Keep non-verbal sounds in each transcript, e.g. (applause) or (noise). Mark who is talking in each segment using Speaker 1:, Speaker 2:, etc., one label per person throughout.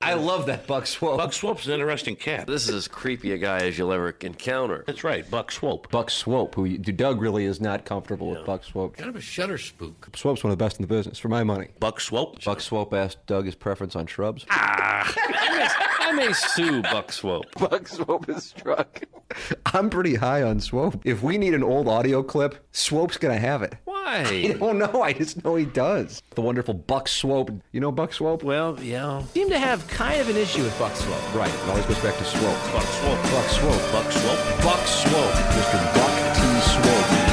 Speaker 1: I love that Buck Swope.
Speaker 2: Buck Swope's an interesting cat.
Speaker 3: This is as creepy a guy as you'll ever encounter.
Speaker 2: That's right, Buck Swope.
Speaker 1: Buck Swope, who you- Doug really is not comfortable with Buck Swope.
Speaker 2: Kind of a shutter spook.
Speaker 1: Swope's one of the best in the business, for my money.
Speaker 2: Buck Swope.
Speaker 1: Buck Swope asked Doug his preference on shrubs. (laughs)
Speaker 3: Ah.
Speaker 2: (laughs) I may sue Buck Swope.
Speaker 1: Buck Swope is struck. I'm pretty high on Swope. If we need an old audio clip, Swope's gonna have it. (laughs) I
Speaker 2: Why?
Speaker 1: don't know. I just know he does. The wonderful Buck Swope. You know Buck Swope?
Speaker 2: Well, yeah.
Speaker 4: Seem to have kind of an issue with Buck Swope.
Speaker 1: Right. It always goes back to Swope.
Speaker 2: Buck Swope.
Speaker 1: Buck Swope.
Speaker 2: Buck Swope.
Speaker 1: Buck Swope. Mr. Buck T. Swope.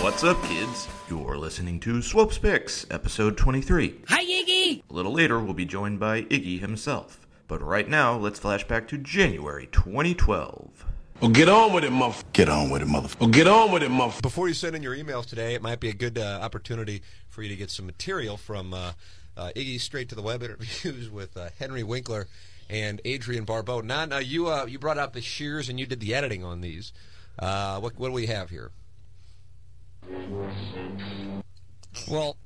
Speaker 5: What's up, kids? You're listening to Swope's Picks, episode 23. Hi, Iggy! A little later, we'll be joined by Iggy himself. But right now, let's flash back to January 2012.
Speaker 6: Well, get on with it, muff. Get on with it, motherfucker. Well, get on with it, muff.
Speaker 4: Before you send in your emails today, it might be a good uh, opportunity for you to get some material from uh, uh, Iggy straight to the web (laughs) interviews with uh, Henry Winkler and Adrian Barbeau. Now, now you uh, you brought out the shears and you did the editing on these. Uh, what what do we have here?
Speaker 7: Well,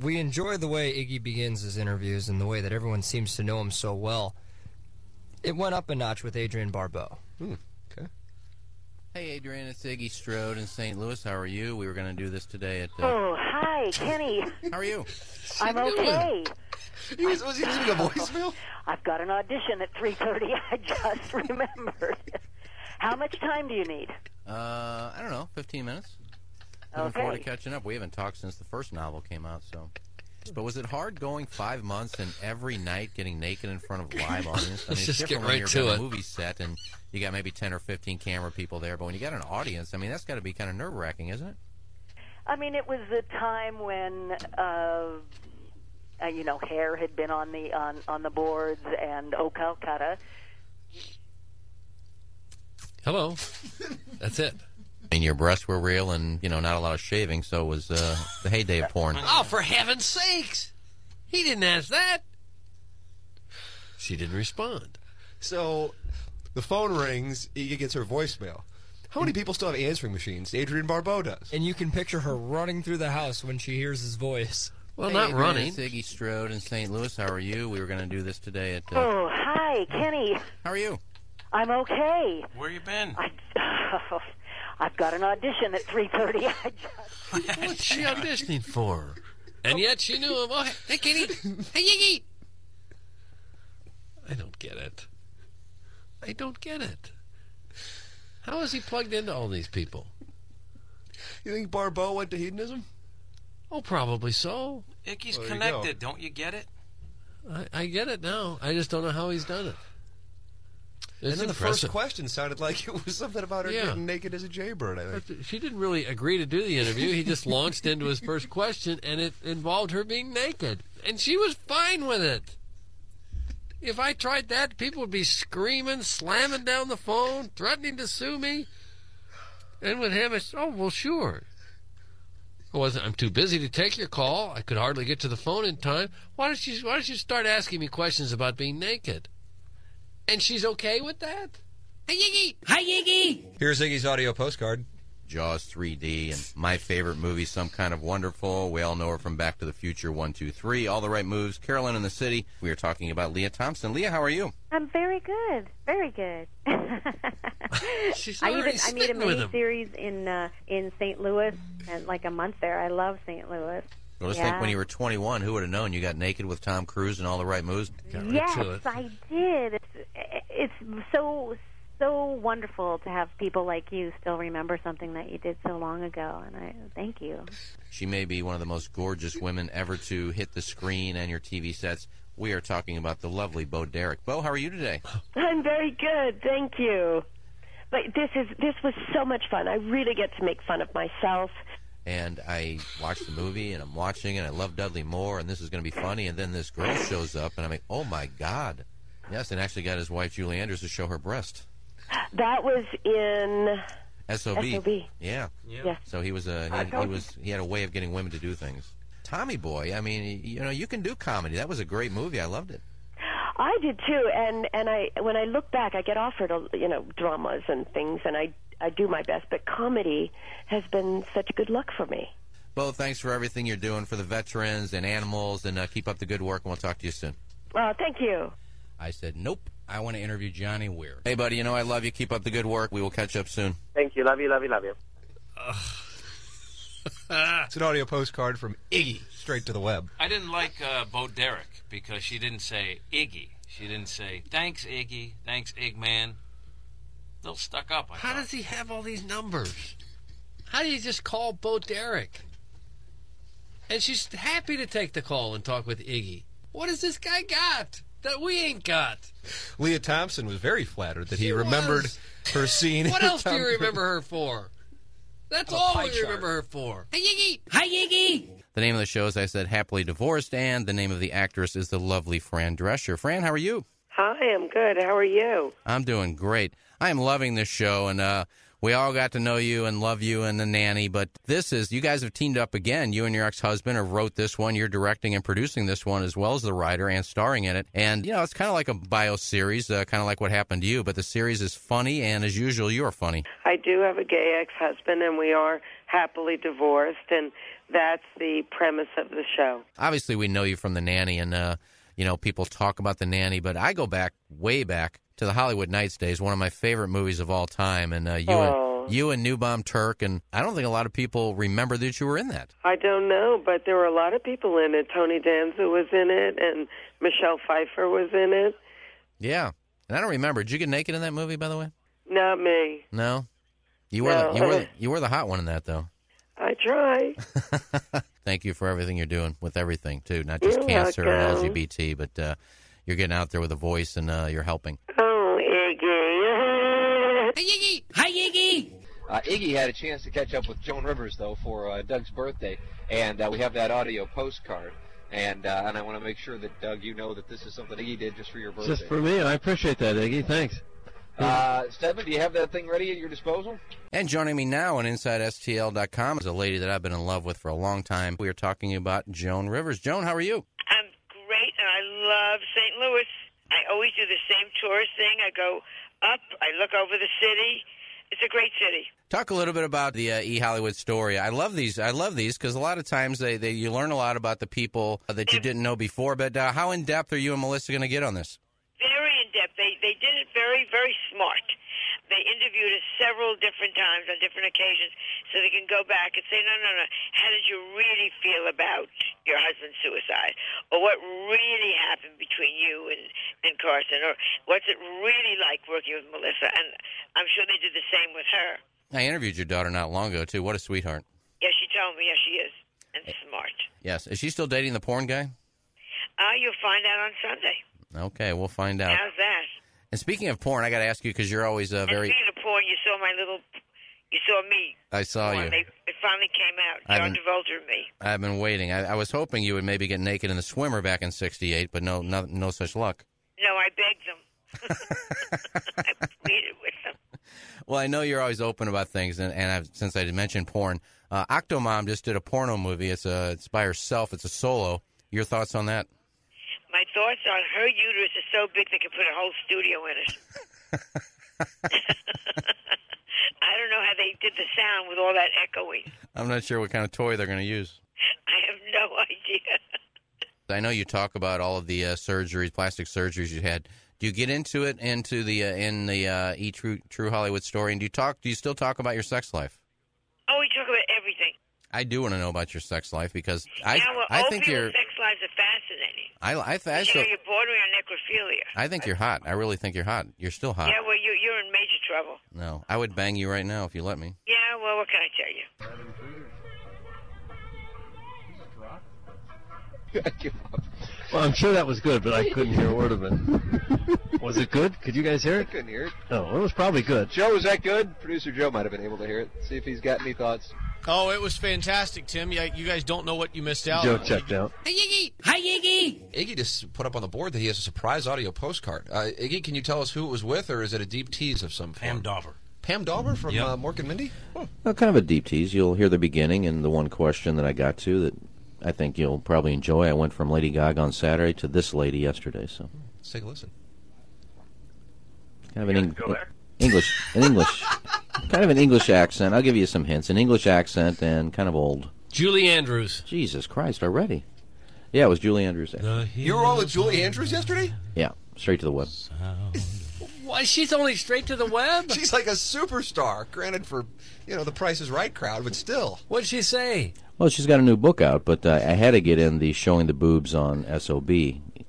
Speaker 7: we enjoy the way Iggy begins his interviews and the way that everyone seems to know him so well. It went up a notch with Adrian Barbeau.
Speaker 4: Hmm. Okay.
Speaker 8: Hey, Adrian, it's Iggy Strode in St. Louis. How are you? We were going to do this today at. Uh,
Speaker 9: Oh, hi, Kenny.
Speaker 8: (laughs) how are you?
Speaker 9: I'm okay.
Speaker 4: He was, was he leaving a voicemail?
Speaker 9: I've got an audition at 3:30. (laughs) I just remembered. How much time do you need?
Speaker 8: Uh, I don't know, 15 minutes. Looking forward to
Speaker 9: Okay.
Speaker 8: catching up. We haven't talked since the first novel came out, so. But was it hard going five months and every night getting naked in front of
Speaker 4: (laughs)
Speaker 8: live audience? I mean,
Speaker 4: Let's
Speaker 8: it's
Speaker 4: just
Speaker 8: different
Speaker 4: get
Speaker 8: when
Speaker 4: right
Speaker 8: you're on
Speaker 4: to it.
Speaker 8: a movie set and you got maybe 10 or 15 camera people there, but when you got an audience, I mean, that's got to be kind of nerve wracking, isn't it?
Speaker 9: I mean, it was the time when uh, uh, you know hair had been on the on on the boards and Oh Calcutta.
Speaker 4: Hello. That's it.
Speaker 8: I mean, your breasts were real and, you know, not a lot of shaving, so it was uh, the heyday of porn.
Speaker 4: Oh, for heaven's sakes! He didn't ask that. She didn't respond. So, the phone rings. Iggy gets her voicemail. How many people still have answering machines? Adrian Barbeau does.
Speaker 7: And you can picture her running through the house when she hears his voice.
Speaker 2: Well,
Speaker 8: Hey,
Speaker 2: not
Speaker 8: Adrian,
Speaker 2: running.
Speaker 8: It's Iggy Strode in St. Louis. How are you? We were going to do this today at. Uh,
Speaker 9: Oh, hi, Kenny.
Speaker 8: how are you?
Speaker 9: I'm okay. (laughs)
Speaker 2: Where you been?
Speaker 9: I, I've got an audition at (laughs) 3:30. I
Speaker 10: (laughs)
Speaker 9: just
Speaker 2: What's she auditioning for? And yet she knew him. Oh, hey, Kitty. Hey, Iggy. I don't get it. I don't get it. How is he plugged into all these people?
Speaker 4: You think Barbeau went to hedonism?
Speaker 2: Oh, probably so.
Speaker 4: He's connected. Don't.
Speaker 2: I, I get it now. I just don't know how he's done it.
Speaker 4: And
Speaker 2: It's
Speaker 4: then the
Speaker 2: impressive.
Speaker 4: first question sounded like it was something about her
Speaker 2: Yeah.
Speaker 4: getting naked as a jaybird. I think.
Speaker 2: But She didn't really agree to do the interview. He just launched into his first question, and it involved her being naked. And she was fine with it. If I tried that, people would be screaming, slamming down the phone, threatening to sue me. And with him, it's, oh, well, sure. I wasn't, I'm too busy to take your call. I could hardly get to the phone in time. Why don't you, why don't you start asking me questions about being naked? And she's okay with that? Hey, Iggy!
Speaker 4: Here's Iggy's audio postcard.
Speaker 8: Jaws 3D and my favorite movie, Some Kind of Wonderful. We all know her from Back to the Future 1, 2, 3, All the Right Moves, Carolyn in the City. We are talking about Leah Thompson. Leah, how are you?
Speaker 9: I'm very good, very good. (laughs)
Speaker 2: She's
Speaker 9: I
Speaker 2: already
Speaker 9: even I made a
Speaker 2: smitten with him.
Speaker 9: mini series in uh, in St. Louis and like a month there. I love St. Louis.
Speaker 8: Well, just
Speaker 9: Yeah.
Speaker 8: think when you were 21, who would have known you got naked with Tom Cruise and All the Right Moves?
Speaker 2: Got right
Speaker 9: yes,
Speaker 2: to it.
Speaker 9: I did. It's, it's so so wonderful to have people like you still remember something that you did so long ago, and I thank you.
Speaker 8: She may be one of the most gorgeous women ever to hit the screen and your TV sets. We are talking about the lovely Bo Derek. Bo, how are you today?
Speaker 9: I'm very good, thank you. But this is this was so much fun. I really get to make fun of myself.
Speaker 8: And I watched the movie, and I'm watching, and I love Dudley Moore, and this is going to be funny. And then this girl shows up, and I'm like, oh my god, yes! And actually got his wife Julie Andrews to show her breast.
Speaker 11: That was in
Speaker 8: Sob.
Speaker 11: SOB.
Speaker 8: Yeah.
Speaker 11: Yes.
Speaker 8: So he was a he, he was he had a way of getting women to do things. Tommy Boy, I mean, you know, you can do comedy. That was a great movie. I loved it.
Speaker 11: I did too, and and I when I look back, I get offered a, you know dramas and things, and I I do my best, but comedy has been such good luck for me.
Speaker 8: Bo, thanks for everything you're doing for the veterans and animals, and uh, keep up the good work. And we'll talk to you soon.
Speaker 11: Well, Oh, thank you.
Speaker 8: I said, nope. I want to interview Johnny Weir. Hey, buddy, you know I love you. Keep up the good work. We will catch up soon.
Speaker 12: Thank you. Love you, love you, love you.
Speaker 2: Ah.
Speaker 13: it's an audio postcard from Iggy straight to the web.
Speaker 10: I didn't like uh, Bo Derek because she didn't say Iggy. She didn't say thanks, Iggy. Thanks, Eggman. They'll stuck up. I
Speaker 2: How
Speaker 10: thought.
Speaker 2: does he have all these numbers? How do you just call Bo Derek? And she's happy to take the call and talk with Iggy. What has this guy got that we ain't got?
Speaker 13: Leah Thompson was very flattered that he remembered her scene.
Speaker 2: What
Speaker 13: in
Speaker 2: else do
Speaker 13: Tom
Speaker 2: you
Speaker 13: Cruise.
Speaker 2: remember her for? That's
Speaker 13: Have a
Speaker 2: all
Speaker 13: pie
Speaker 2: we
Speaker 13: chart.
Speaker 2: remember her for. Hey, Iggy! Hi, Iggy!
Speaker 8: The name of the show, as I said, Happily Divorced, and the name of the actress is the lovely Fran Drescher. Fran, how are you?
Speaker 14: Hi, I'm good. How are you?
Speaker 8: I'm doing great. I am loving this show, and uh, we all got to know you and love you and the nanny. But this is you guys have teamed up again. You and your ex-husband have wrote this one. You're directing and producing this one as well as the writer and starring in it. And you know it's kind of like a bio series, uh, kind of like what happened to you. But the series is funny, and as usual, you are funny.
Speaker 14: I do have a gay ex husband, and we are happily divorced, and that's the premise of the show.
Speaker 8: obviously we know you from the nanny and uh, you know people talk about the nanny but i go back way back to the hollywood nights days one of my favorite movies of all time and uh, you
Speaker 14: Oh.
Speaker 8: and you and new bomb turk and i don't think a lot of people remember that you were in that
Speaker 14: I don't know, but there were a lot of people in it. Tony Danza was in it, and Michelle Pfeiffer was in it.
Speaker 8: yeah and i don't remember did you get naked in that movie by the way
Speaker 14: Not me.
Speaker 8: no you were
Speaker 14: No.
Speaker 8: the, you were the, you were the hot one in that though
Speaker 14: I try.
Speaker 8: thank you for everything you're doing with everything too not just
Speaker 14: You're
Speaker 8: cancer
Speaker 14: welcome.
Speaker 8: and lgbt but uh, you're getting out there with a voice and uh, you're helping
Speaker 14: Oh, Iggy.
Speaker 2: Hi, Iggy! Hi, Iggy!
Speaker 4: Uh, Iggy had a chance to catch up with Joan Rivers though for uh, Doug's birthday, and uh, we have that audio postcard. And uh, and I want to make sure that Doug, you know that this is something Iggy did just for your birthday.
Speaker 15: Just for me, I appreciate that, Iggy. Thanks.
Speaker 4: Uh, Stedman, do you have that thing ready at your disposal?
Speaker 8: And joining me now on InsideSTL.com is a lady that I've been in love with for a long time. We are talking about Joan Rivers. Joan, how are you?
Speaker 16: great, and I love St. Louis. I always do the same tourist thing. I go up, I look over the city. It's a great city.
Speaker 8: Talk a little bit about the uh, E Hollywood story. I love these. I love these because a lot of times they, they you learn a lot about the people that you didn't know before. But uh, how in depth are you and Melissa going to get on this?
Speaker 16: Very in depth. They they did it very very smart. They interviewed us several different times on different occasions, so they can go back and say, no no no, how did you really feel about your husband's suicide, or what really happened between you and and Carson, or what's it really like working with Melissa? And I'm sure they did the same with her.
Speaker 8: I interviewed your daughter not long ago too. What a sweetheart.
Speaker 16: Yeah, she told me. Yeah, she is and
Speaker 8: Eh.
Speaker 16: smart.
Speaker 8: Yes. Is she still dating the porn guy?
Speaker 16: Uh, you'll find out on Sunday.
Speaker 8: Okay, we'll find out.
Speaker 16: How's that?
Speaker 8: And speaking of porn, I got to ask you because you're always uh, very.
Speaker 16: Speaking of porn, you saw my little, you saw me.
Speaker 8: I saw
Speaker 16: porn.
Speaker 8: you.
Speaker 16: They, it finally came out.
Speaker 8: I
Speaker 16: John
Speaker 8: haven't-
Speaker 16: Travolta and me.
Speaker 8: I've been waiting. I, I was hoping you would maybe get naked in the swimmer back in '68, but no, no, no such luck.
Speaker 16: No, I begged
Speaker 8: (laughs)
Speaker 16: them. I pleaded with them.
Speaker 8: Well, I know you're always open about things, and, and I've, since I did mention porn, uh, Octomom just did a porno movie. It's a it's by herself. It's a solo. Your thoughts on that?
Speaker 16: My thoughts on her uterus is so big they could put a whole studio
Speaker 8: (laughs)
Speaker 16: in it. I don't know how they did the sound with all that echoing.
Speaker 8: I'm not sure what kind of toy they're going to use.
Speaker 16: I have no (laughs) idea.
Speaker 8: I know you talk about all of the uh, surgeries, plastic surgeries you had. Do you get into it into the uh, in the uh, E True True Hollywood story? And do you talk? Do you still talk about your sex life?
Speaker 16: Oh, we talk about everything.
Speaker 8: I do want to know about your sex life because I
Speaker 16: now, well,
Speaker 8: I
Speaker 16: all
Speaker 8: think
Speaker 16: people's
Speaker 8: you're
Speaker 16: sex lives are fascinating.
Speaker 8: I I, I,
Speaker 16: Either
Speaker 8: still,
Speaker 16: you're born or you're necrophilia.
Speaker 8: I think you're hot. I really think you're hot. You're still hot.
Speaker 16: Yeah, well, you, you're in major trouble.
Speaker 8: No, I would bang you right now if you let me.
Speaker 16: Yeah, well, what can I tell you?
Speaker 15: Well, I'm sure that was good, but I couldn't hear a word of
Speaker 2: (laughs)
Speaker 15: it. Was it good? Could you guys hear
Speaker 4: I
Speaker 15: it?
Speaker 4: couldn't hear it.
Speaker 15: No, it was probably good.
Speaker 4: Joe, is that good? Producer Joe might have been able to hear it. See if he's got any thoughts.
Speaker 2: Oh, it was fantastic, Tim. Yeah, you guys don't know what you missed out.
Speaker 17: Joe
Speaker 2: on.
Speaker 17: checked out.
Speaker 2: Hi, Iggy. Hi, Iggy.
Speaker 4: Iggy just put up on the board that he has a surprise audio postcard. Uh, Iggy, can you tell us who it was with, or is it a deep tease of some form? Pam Dauber. Pam Dauber from uh, Mork and Mindy? Huh.
Speaker 8: Well, kind of a deep tease. You'll hear the beginning and the one question that I got to that I think you'll probably enjoy. I went from Lady Gaga on Saturday to this lady yesterday, so
Speaker 4: Let's take a listen.
Speaker 8: kind of an Eng- English, an
Speaker 16: (laughs)
Speaker 8: English, kind of an English accent. I'll give you some hints. An English accent and kind of old.
Speaker 2: Julie Andrews. Uh,
Speaker 8: Jesus Christ, already? Yeah, it was Julie Andrews.
Speaker 4: You were all with Julie Andrews yesterday?
Speaker 8: Yeah, straight to the web.
Speaker 2: Why, she's only straight to the
Speaker 4: (laughs)
Speaker 2: web?
Speaker 4: She's like a superstar, granted for, you know, the Price is Right crowd, but still.
Speaker 2: What'd she say?
Speaker 8: Well, she's got a new book out, but uh, I had to get in the showing the boobs on SOB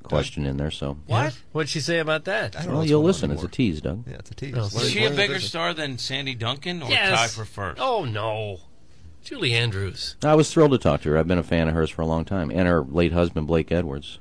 Speaker 8: question in there, so.
Speaker 2: What? What'd she say about that?
Speaker 8: Well, you'll listen. It's a tease, Doug. Yeah,
Speaker 4: it's a
Speaker 8: tease.
Speaker 2: What
Speaker 10: Is
Speaker 2: is-
Speaker 10: she
Speaker 2: what
Speaker 10: a
Speaker 2: is
Speaker 10: bigger
Speaker 2: this?
Speaker 10: star than Sandy Duncan or
Speaker 2: Yes.
Speaker 10: tie for first?
Speaker 2: Oh, no. Julie Andrews.
Speaker 8: I was thrilled to talk to her. I've been a fan of hers for a long time, and her late husband, Blake Edwards.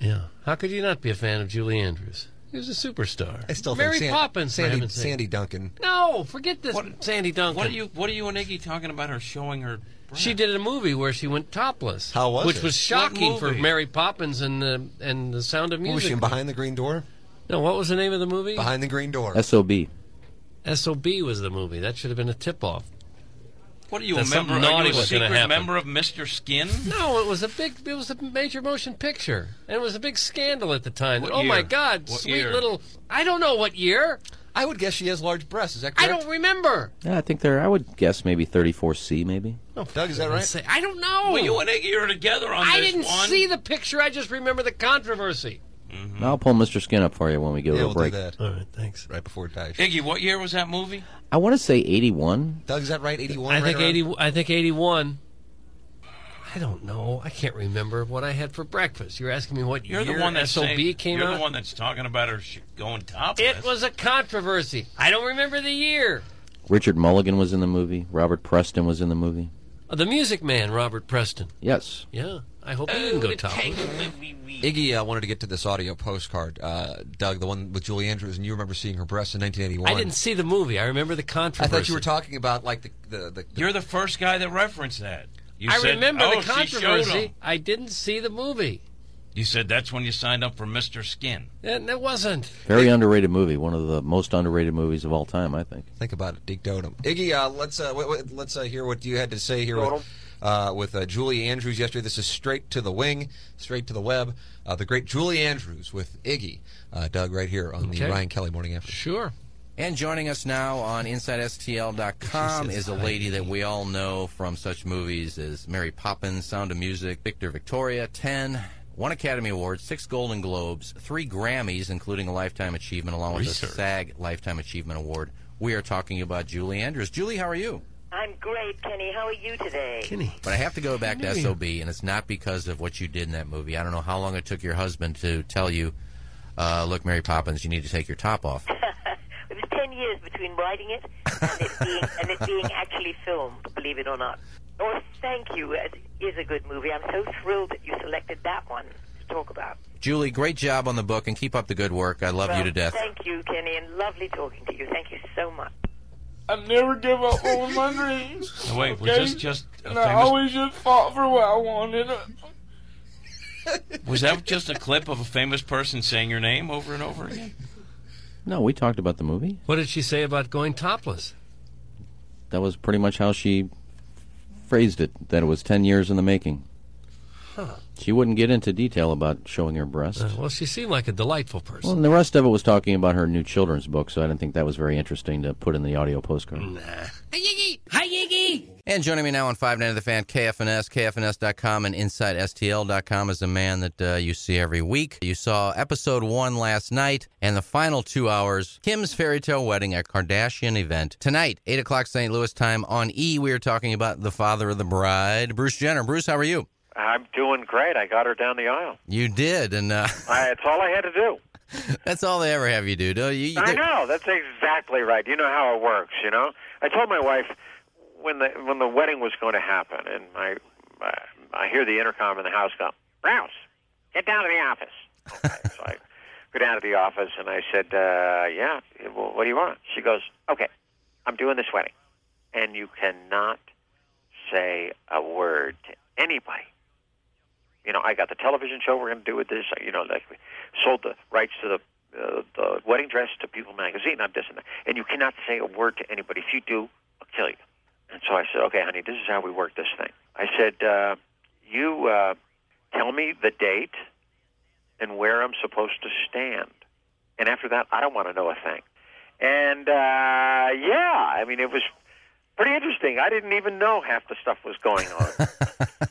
Speaker 2: Yeah. How could you not be a fan of Julie Andrews? She was a superstar.
Speaker 4: I still
Speaker 2: Mary
Speaker 4: think San-
Speaker 2: Poppins. for
Speaker 4: Sandy,
Speaker 2: heaven's sake.
Speaker 4: Sandy Duncan.
Speaker 2: No, forget this, Sandy Duncan.
Speaker 10: What are you? What are you and Iggy talking about? Her showing her.
Speaker 2: She did a movie where she went topless.
Speaker 10: How was
Speaker 2: Which
Speaker 10: it?
Speaker 2: was shocking
Speaker 10: What
Speaker 2: for
Speaker 10: movie?
Speaker 2: Mary Poppins and the and the Sound of
Speaker 4: What
Speaker 2: Music.
Speaker 4: was she in Behind the Green Door?
Speaker 2: No, what was the name of the movie?
Speaker 4: Behind the Green Door.
Speaker 8: SOB.
Speaker 2: SOB was the movie. That should have been a tip off.
Speaker 10: What are you,
Speaker 2: That
Speaker 10: a member?
Speaker 2: something
Speaker 10: Are
Speaker 2: naughty
Speaker 10: you a
Speaker 2: was gonna
Speaker 10: secret
Speaker 2: happen.
Speaker 10: member of Mr. Skin?
Speaker 2: No, it was a big. It was a major motion picture, and it was a big scandal at the time.
Speaker 10: What
Speaker 2: oh my
Speaker 10: year?
Speaker 2: God,
Speaker 10: What
Speaker 2: sweet
Speaker 10: year?
Speaker 2: little. I don't know what year.
Speaker 4: I would guess she has large breasts. Is that
Speaker 2: correct? I don't remember.
Speaker 8: Yeah, I think they're, I would guess maybe 34C, maybe.
Speaker 4: Doug, is that right?
Speaker 2: Say, I don't know.
Speaker 10: Well, you and Iggy are together on
Speaker 2: I
Speaker 10: this
Speaker 2: didn't
Speaker 10: one.
Speaker 2: see the picture. I just remember the controversy. Mm-hmm.
Speaker 8: I'll pull Mr. Skin up for you when we get a
Speaker 4: Yeah,
Speaker 8: little
Speaker 4: we'll do
Speaker 8: break.
Speaker 4: that.
Speaker 2: All right, thanks.
Speaker 4: Right before it dies.
Speaker 10: Iggy, what year was that movie?
Speaker 8: I want to say 81.
Speaker 4: Doug, is that right? 81?
Speaker 2: I
Speaker 4: right
Speaker 2: think
Speaker 4: around?
Speaker 2: eighty. I think eighty-one. I don't know. I can't remember what I had for breakfast. You're asking me what
Speaker 10: You're
Speaker 2: year
Speaker 10: the one that
Speaker 2: SOB came
Speaker 10: You're
Speaker 2: out.
Speaker 10: the one that's talking about her sh- going topless.
Speaker 2: It was a controversy. I don't remember the year.
Speaker 8: Richard Mulligan was in the movie. Robert Preston was in the movie.
Speaker 2: Uh, The Music Man, Robert Preston.
Speaker 8: Yes.
Speaker 2: Yeah, I hope he
Speaker 4: Oh,
Speaker 2: didn't go topless.
Speaker 4: Iggy uh, wanted to get to this audio postcard, uh, Doug, the one with Julie Andrews, and you remember seeing her breasts in 1981.
Speaker 2: I didn't see the movie. I remember the
Speaker 4: I
Speaker 2: controversy.
Speaker 4: thought you were talking about like the the. the
Speaker 10: You're the first guy that referenced that. You
Speaker 2: I
Speaker 10: said,
Speaker 2: remember
Speaker 10: oh,
Speaker 2: the
Speaker 10: she showed 'em."
Speaker 2: controversy. I didn't see the movie.
Speaker 10: You said that's when you signed up for Mr. Skin.
Speaker 2: And it wasn't.
Speaker 8: Very underrated movie. One of the most underrated movies of all time, I think.
Speaker 4: Think about it, Dick Dotum. Iggy, uh, let's uh, w- w- let's uh, hear what you had to say here with, uh, with uh, Julie Andrews yesterday. This is straight to the wing, straight to the web. Uh, the great Julie Andrews with Iggy, uh, Doug, right here on the
Speaker 18: Okay.
Speaker 4: Ryan Kelly Morning After.
Speaker 2: Sure.
Speaker 18: And joining us now on InsideSTL.com is a lady that we all know from such movies as Mary Poppins, Sound of Music, Victor Victoria, 10, one Academy Award, six Golden Globes, three Grammys, including a Lifetime Achievement, along with
Speaker 10: Research.
Speaker 18: a SAG Lifetime Achievement Award. We are talking about Julie Andrews. Julie, how are you?
Speaker 11: I'm great, Kenny. How are you today?
Speaker 18: But I have to go back to
Speaker 11: Henry.
Speaker 18: SOB, and it's not because of what you did in that movie. I don't know how long it took your husband to tell you, uh, look, Mary Poppins, you need to take your top off.
Speaker 11: It was ten years between writing it and it being and it being actually filmed. Believe it or not. Oh, thank you. It is a good movie. I'm so thrilled that you selected that one to talk about.
Speaker 18: Julie, great job on the book, and keep up the good work. I love you
Speaker 11: Well,
Speaker 18: to death.
Speaker 11: Thank you, Kenny, and lovely talking to you. Thank you so much.
Speaker 16: I never give up on my dreams.
Speaker 10: No, wait, was
Speaker 16: okay?
Speaker 10: this just a
Speaker 16: And I
Speaker 10: famous-
Speaker 16: always just fought for what I wanted.
Speaker 10: Was that just a clip of a famous person saying your name over and over again?
Speaker 8: No, we talked about the movie.
Speaker 2: What did she say about going topless?
Speaker 8: That was pretty much how she phrased it, that it was 10 years in the making.
Speaker 2: Huh.
Speaker 8: She wouldn't get into detail about showing her breasts.
Speaker 2: Uh, well, she seemed like a delightful person.
Speaker 8: Well, and the rest of it was talking about her new children's book, so I didn't think that was very interesting to put in the audio postcard.
Speaker 18: Hi, Iggy. And joining me now on Five Night of the Fan, KFNS, KFNS.com, and InsideSTL.com is a man that uh, you see every week. You saw episode one last night and the final two hours, Kim's Fairy Tale Wedding, a Kardashian event. Tonight, 8 o'clock St. Louis time on E, we are talking about the father of the bride, Bruce Jenner. Bruce, how are you?
Speaker 19: I'm doing great. I got her down the aisle.
Speaker 18: You did, and uh, (laughs)
Speaker 19: I, it's all I had to do.
Speaker 18: that's all they ever have you do. do you, you
Speaker 19: I know. That's exactly right. You know how it works. You know. I told my wife when the when the wedding was going to happen, and my uh, I hear the intercom in the house go, Rouse, get down to the office. Okay, so I go down to the office, and I said, uh, Yeah. Well, what do you want? She goes, Okay, I'm doing this wedding, and you cannot say a word to anybody. You know, I got the television show we're going to do with this. You know, like we sold the rights to the uh, the wedding dress to People Magazine. I'm this and that, and you cannot say a word to anybody. If you do, I'll kill you. And so I said, okay, honey, this is how we work this thing. I said, uh, you uh, tell me the date and where I'm supposed to stand, and after that, I don't want to know a thing. And uh, yeah, I mean, it was pretty interesting. I didn't even know half the stuff was going on.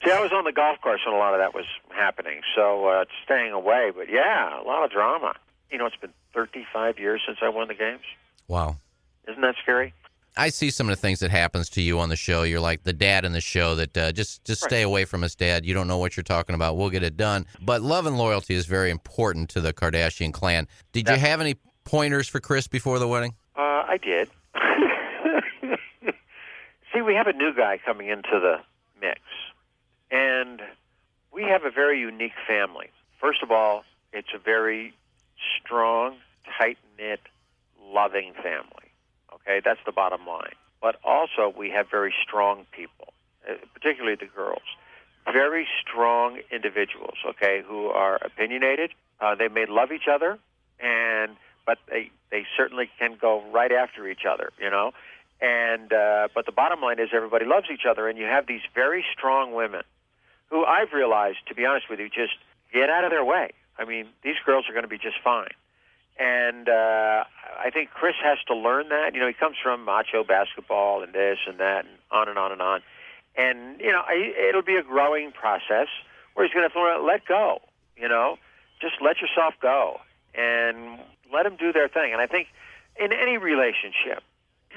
Speaker 19: See, I was on the golf course when a lot of that was happening, so uh, staying away. But yeah, a lot of drama. You know, it's been 35 years since I won the games.
Speaker 20: Wow.
Speaker 19: Isn't that scary?
Speaker 20: I see some of the things that happens to you on the show. You're like the dad in the show that uh, just just stay away from us, Dad. You don't know what you're talking about. We'll get it done. But love and loyalty is very important to the Kardashian clan. Did you have any pointers for Chris before the wedding?
Speaker 19: Uh, I did. (laughs) See, we have a new guy coming into the mix, and we have a very unique family. First of all, it's a very strong, tight knit, loving family. Okay, that's the bottom line. But also, we have very strong people, uh, particularly the girls. Very strong individuals, okay, who are opinionated. Uh, they may love each other, and but they they certainly can go right after each other, you know. And uh, but the bottom line is everybody loves each other, and you have these very strong women, who I've realized, to be honest with you, just get out of their way. I mean, these girls are going to be just fine. And uh, I think Chris has to learn that. You know, he comes from macho basketball and this and that, and on and on and on. And you know, I, it'll be a growing process where he's going to have to learn, let go. You know, just let yourself go and let them do their thing. And I think in any relationship,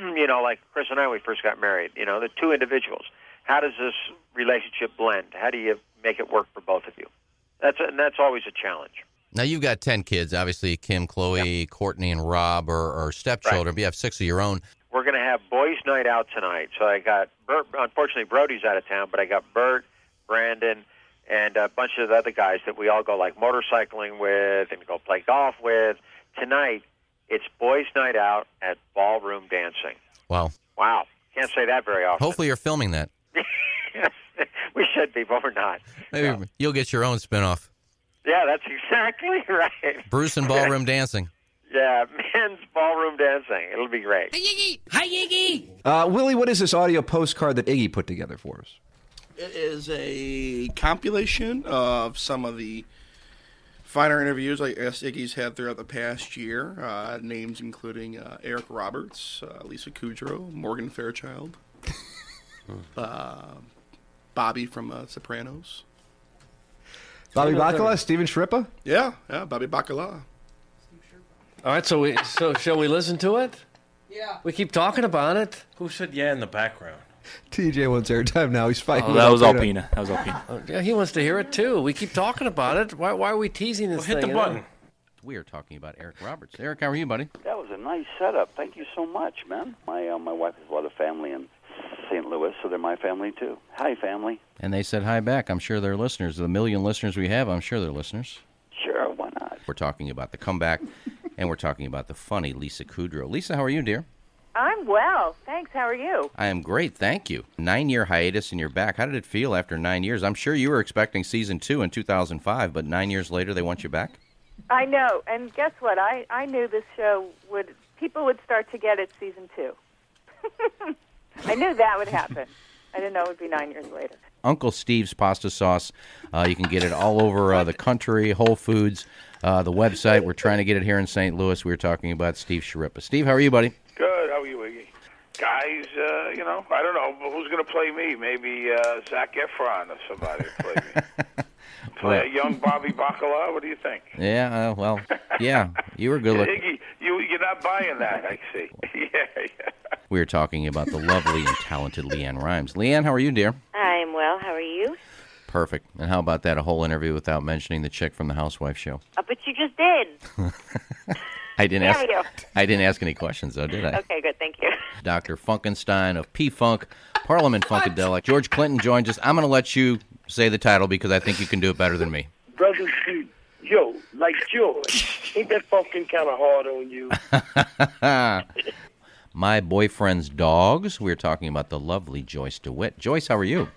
Speaker 19: (clears throat) you know, like Chris and I, when we first got married. You know, the two individuals. How does this relationship blend? How do you make it work for both of you? That's and that's always a challenge.
Speaker 20: Now you've got ten kids. Obviously, Kim, Chloe, Courtney, and Rob are, are stepchildren. But you have six of your own.
Speaker 19: we're going to have boys' night out tonight. So I got Bert. Unfortunately, Brody's out of town, but I got Bert, Brandon, and a bunch of the other guys that we all go like motorcycling with and go play golf with. Tonight, it's boys' night out at ballroom dancing.
Speaker 20: Wow.
Speaker 19: Wow, can't say that very often.
Speaker 20: Hopefully, you're filming that.
Speaker 19: (laughs) we should be, but we're not.
Speaker 20: Maybe you'll get your own spinoff.
Speaker 19: Yeah, that's exactly (laughs) right.
Speaker 20: Bruce and ballroom dancing.
Speaker 19: Yeah, men's ballroom dancing. It'll be great.
Speaker 4: Hi, Iggy. Uh, Willie, what is this audio postcard that Iggy put together for us?
Speaker 21: It is a compilation of some of the finer interviews I guess Iggy's had throughout the past year. Uh, names including uh, Eric Roberts, uh, Lisa Kudrow, Morgan Fairchild, uh, Bobby from uh, Sopranos.
Speaker 4: Bobby Bacala, Steven Shrippa?
Speaker 21: Yeah, yeah, Bobby Bacala.
Speaker 2: All right, so we so shall we listen to it?
Speaker 21: Yeah.
Speaker 2: We keep talking about it.
Speaker 7: Who said yeah in the background?
Speaker 4: TJ wants airtime now. He's fighting.
Speaker 7: Oh,
Speaker 4: with
Speaker 7: that was all
Speaker 4: Alpina.
Speaker 7: Pina. That was all Pina.
Speaker 2: Oh, Yeah, he wants to hear it too. We keep talking about it. Why, why are we teasing this
Speaker 20: Well, hit the
Speaker 2: thing, you
Speaker 20: button.
Speaker 2: know?
Speaker 20: We are talking about Eric Roberts. Eric, how are you, buddy?
Speaker 22: That was a nice setup. Thank you so much, man. My uh, my wife has a lot of family in St. Louis, so they're my family too. Hi, family.
Speaker 8: And they said hi back. I'm sure they're listeners. The million listeners we have, I'm sure they're listeners.
Speaker 22: Sure, why not?
Speaker 8: We're talking about the comeback, and we're talking about the funny Lisa Kudrow. Lisa, how are you, dear?
Speaker 23: I'm well, thanks. How are you?
Speaker 8: I am great, thank you. Nine year hiatus and you're back. How did it feel after nine years? I'm sure you were expecting season two in 2005, but nine years later, they want you back?
Speaker 23: I know, and guess what? I I knew this show would people would start to get it season two. (laughs) I knew that would happen. I didn't know it would be nine years later.
Speaker 8: Uncle Steve's pasta sauce. Uh, you can get it all over uh, the country, Whole Foods, uh, the website. We're trying to get it here in St. Louis. We were talking about Steve Sharippa. Steve, how are you, buddy?
Speaker 24: Good. How are you, Iggy? Guys, uh, you know, I don't know but who's going to play me. Maybe uh, Zach Efron or somebody will play (laughs) me. Play a young Bobby Bacala. What do you think?
Speaker 8: Yeah, uh, well, yeah, you were good looking.
Speaker 24: Iggy, you you're not buying that. I see. (laughs) yeah, yeah.
Speaker 8: We were talking about the lovely and talented Leanne Rhymes. Leanne, how are you, dear?
Speaker 25: I'm well. How are you?
Speaker 8: Perfect. And how about that? A whole interview without mentioning the chick from the Housewife show.
Speaker 25: Uh, but you just did.
Speaker 8: I didn't
Speaker 25: There
Speaker 8: ask.
Speaker 25: we go.
Speaker 8: I didn't ask any questions though, did I?
Speaker 25: Okay, good. Thank you.
Speaker 8: Dr. Funkenstein of P Funk, Parliament Funkadelic. George Clinton joins us. I'm going to let you say the title because I think you can do it better than me. (laughs)
Speaker 26: Brother Steve, yo,
Speaker 24: (laughs)
Speaker 26: like George, ain't that fucking kind of hard on you?
Speaker 8: My My Boyfriend's Dogs. We're talking about the lovely Joyce DeWitt. Joyce, how are you?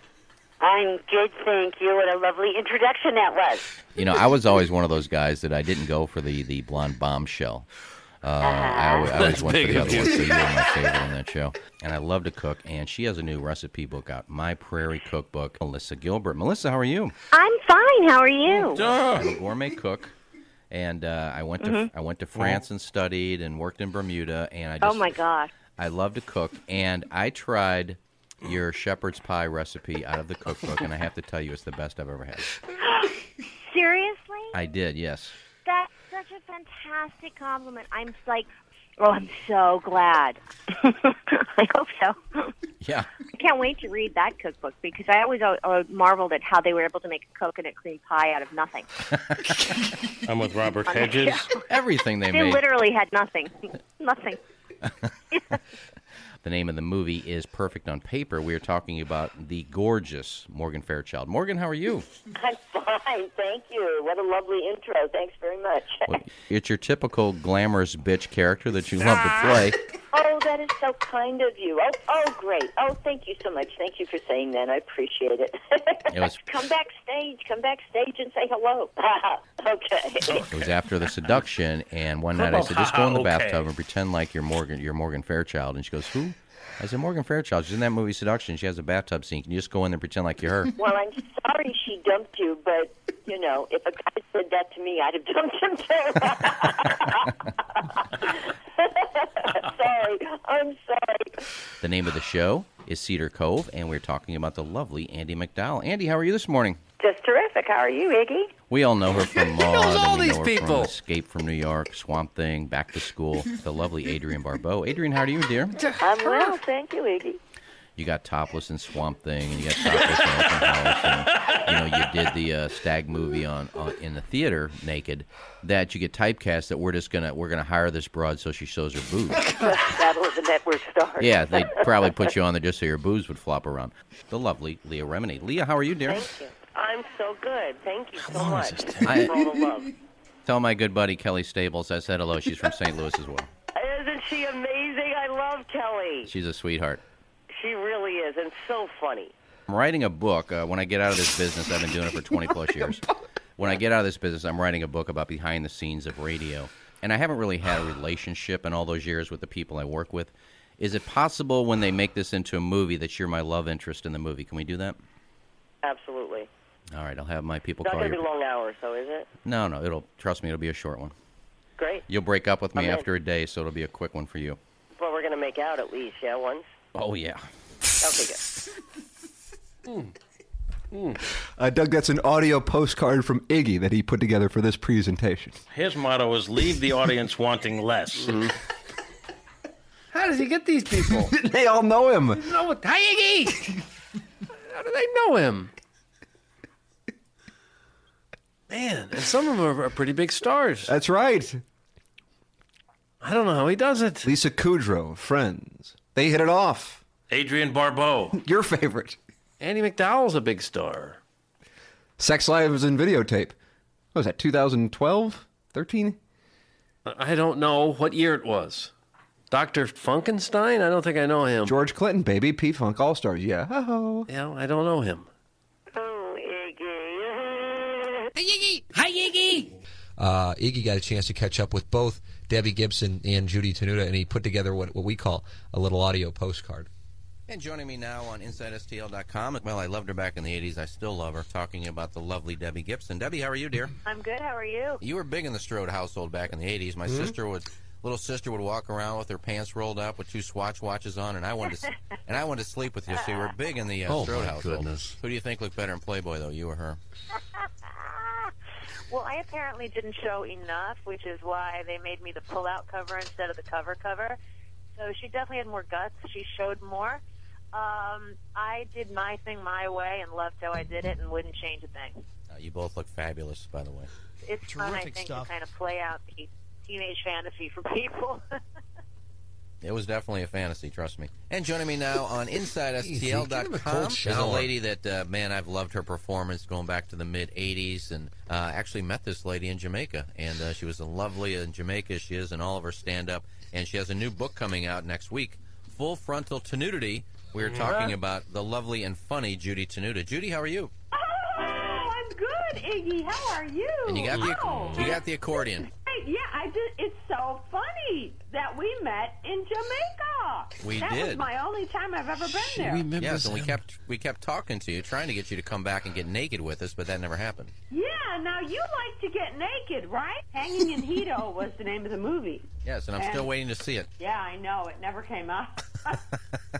Speaker 25: I'm good, thank you. What a lovely introduction that was.
Speaker 8: You know, I was always one of those guys that I didn't go for the, the blonde bombshell. Uh, I always, I always
Speaker 19: (laughs) That's
Speaker 8: went for
Speaker 19: big
Speaker 8: the
Speaker 19: of
Speaker 8: other
Speaker 19: you.
Speaker 8: one, so you were my favorite on that show. And I love to cook, and she has a new recipe book out, My Prairie Cookbook, Melissa Gilbert. Melissa, how are you?
Speaker 25: I'm fine. How are you?
Speaker 8: I'm a gourmet cook, and uh, I went to
Speaker 25: Mhm.
Speaker 8: I went to France and studied and worked in Bermuda, and I
Speaker 25: oh
Speaker 8: just
Speaker 25: my gosh. (gasps)
Speaker 8: I love to cook, and I tried your shepherd's pie recipe out of the cookbook, and I have to tell you, it's the best I've ever had.
Speaker 27: Seriously?
Speaker 8: I did, yes.
Speaker 27: That's such a fantastic compliment. I'm like, oh, I'm so
Speaker 8: (laughs)
Speaker 27: glad. I hope so.
Speaker 8: Yeah.
Speaker 27: I can't wait to read that cookbook because I always uh, uh, marveled at how they were able to make a coconut cream pie out of
Speaker 8: (laughs)
Speaker 27: nothing.
Speaker 8: I'm with
Speaker 27: (laughs)
Speaker 8: Robert
Speaker 27: Hedges.
Speaker 8: Everything they,
Speaker 27: They,
Speaker 8: made.
Speaker 27: literally had nothing. (laughs) nothing.
Speaker 8: The name of the movie is Perfect on Paper. We are talking about the gorgeous Morgan Fairchild. Morgan, how are you?
Speaker 11: (laughs) I'm fine, thank you. What a lovely intro. Thanks very much.
Speaker 8: It's your typical glamorous bitch character that you love
Speaker 27: Ah.
Speaker 8: to play.
Speaker 11: oh, that is so kind of you. Oh, oh, great. Oh, thank you so much. Thank you for saying that. I appreciate it. (laughs)
Speaker 8: It was
Speaker 11: come backstage. Come backstage and say hello. (laughs) okay.
Speaker 8: It was after the seduction, and one night I said, "Just go in the bathtub and pretend like you're Morgan, you're Morgan Fairchild." And she goes, "Who?" I said, "Morgan Fairchild. She's in that movie Seduction. She has a bathtub scene. Can you just go in there and pretend like you're her?"
Speaker 11: Well, I'm sorry she dumped you, but you know, if a guy said that to me, I'd have dumped him too. (laughs) sorry, I'm sorry.
Speaker 8: The name of the show is Cedar Cove, and we're talking about the lovely Andy McDowell. Andy, how are you this morning?
Speaker 23: Just terrific. How are you, Iggy?
Speaker 8: We all
Speaker 23: (laughs)
Speaker 8: know her from Law.
Speaker 23: knows
Speaker 8: then
Speaker 23: all
Speaker 8: we
Speaker 23: these
Speaker 8: know her from
Speaker 23: people.
Speaker 8: Escape from New York, Swamp Thing, Back to School. The lovely Adrian Barbeau. Adrian, how are you, dear? (laughs)
Speaker 11: I'm well, thank you, Iggy.
Speaker 8: You got topless in Swamp Thing, and you got topless in Open House. And, you know, you did the uh, stag movie on, on in the theater naked. That you get typecast. That we're just gonna we're gonna hire this broad so she shows her boobs.
Speaker 11: Battle of the Network Stars.
Speaker 8: yeah, they probably put you on there just so your boobs would flop around. The lovely Leah Remini. Leah, how are you, dear?
Speaker 11: Thank you. I'm so good. Thank you so much.
Speaker 8: I-
Speaker 11: All the love.
Speaker 8: Tell my good buddy Kelly Stables I said hello. She's from St. Louis as well.
Speaker 11: Isn't she amazing? I love Kelly.
Speaker 8: She's a sweetheart.
Speaker 11: She really is, and so funny.
Speaker 8: I'm writing a book. Uh, when I get out of this business, I've been
Speaker 11: (laughs)
Speaker 8: doing it for 20 plus years. When I get out of this business, I'm writing a book about behind the scenes of radio. And I haven't really had a relationship in all those years with the people I work with. Is it possible when they make this into a movie that you're my love interest in the movie? Can we do that?
Speaker 11: Absolutely.
Speaker 8: All right, I'll have my people
Speaker 11: Not
Speaker 8: call
Speaker 11: going to
Speaker 8: you.
Speaker 11: be long hours, though, is it?
Speaker 8: No, no, it'll trust me, it'll be a short one.
Speaker 11: Great.
Speaker 8: You'll break up with me
Speaker 11: I'm in.
Speaker 8: after a day, so it'll be a quick one for you.
Speaker 11: But we're going to make out at least, yeah, once.
Speaker 8: Oh yeah.
Speaker 11: Okay, good.
Speaker 4: Uh, Doug, that's an audio postcard from Iggy that he put together for this presentation. (laughs)
Speaker 10: His motto is leave the audience wanting (laughs) less.
Speaker 2: How does he get
Speaker 20: (laughs)
Speaker 2: these people?
Speaker 4: they all know him.
Speaker 2: no, hi Iggy. How do they know him? Man, and some of them are pretty big stars.
Speaker 4: That's right.
Speaker 2: I don't know how he does it.
Speaker 4: Lisa Kudrow, Friends. They hit it off.
Speaker 10: Adrian Barbeau.
Speaker 4: (laughs) Your favorite.
Speaker 2: Oh. Andy McDowell's a big star.
Speaker 4: Sex Lives and Videotape. What was that, 2012? 13?
Speaker 2: I I don't know what year it was. Dr. Funkenstein? I don't think I know him.
Speaker 4: George Clinton, baby. P Funk All Stars. Yeah. Oh.
Speaker 2: Yeah, I don't know him.
Speaker 11: Hi, Iggy. Hi, Iggy.
Speaker 28: uh, Iggy got a chance to catch up with both Debbie Gibson and Judy Tenuta, and he put together what, what we call a little audio postcard.
Speaker 8: And joining me now on InsideSTL.com. Well, I loved her back in the 80s. I still love her. Talking about the lovely Debbie Gibson. Debbie, how are you, dear?
Speaker 27: I'm good. How are you?
Speaker 8: You were big in the Strode household back in the 80s. My
Speaker 27: Mhm.
Speaker 8: sister would, little sister would walk around with her pants rolled up with two Swatch watches on, and I wanted to, s- and I wanted to sleep with you. So you were big in the uh,
Speaker 29: Oh, my
Speaker 8: Strode household.
Speaker 29: goodness.
Speaker 8: Who do you think looked better in Playboy, though, you or her?
Speaker 27: Well, I apparently didn't show enough, which is why they made me the pull-out cover instead of the cover cover. So she definitely had more guts. She showed more. Um, I did my thing my way and loved how I did it and wouldn't change a thing.
Speaker 8: Uh, you both look fabulous, by the way.
Speaker 27: It's fun, I
Speaker 8: Terrific
Speaker 27: think,
Speaker 8: stuff.
Speaker 27: (laughs) to kind of play out the teenage fantasy for people.
Speaker 8: It was definitely a fantasy, trust me. And joining me now on
Speaker 30: Give him a cold
Speaker 8: InsideSTL.com is a
Speaker 30: shower.
Speaker 8: lady that, uh, man, I've loved her performance going back to the mid 80s and uh, actually met this lady in Jamaica. And uh, she was as lovely in Jamaica as she is in all of her stand up. And she has a new book coming out next week Full Frontal Tenudity. We
Speaker 30: Mm-hmm.
Speaker 8: are talking
Speaker 31: Yeah.
Speaker 8: about the lovely and funny Judy Tenuta. Judy, how are you?
Speaker 31: Oh, I'm good, Iggy. How are you?
Speaker 8: And you got
Speaker 31: Oh,
Speaker 8: the, you got the accordion.
Speaker 31: hey, yeah, I did. It's so funny that we met in Jamaica.
Speaker 8: We
Speaker 31: that
Speaker 8: did.
Speaker 31: was my only time I've ever been there.
Speaker 8: yes, and we kept we kept talking to you, trying to get you to come back and get naked with us, but that never happened.
Speaker 31: Yeah, now you like to get naked, right? Hanging in Hito was the name of the movie.
Speaker 8: Yes, and I'm still
Speaker 31: And-
Speaker 8: waiting to see it.
Speaker 31: Yeah, I know. It never came out. uh,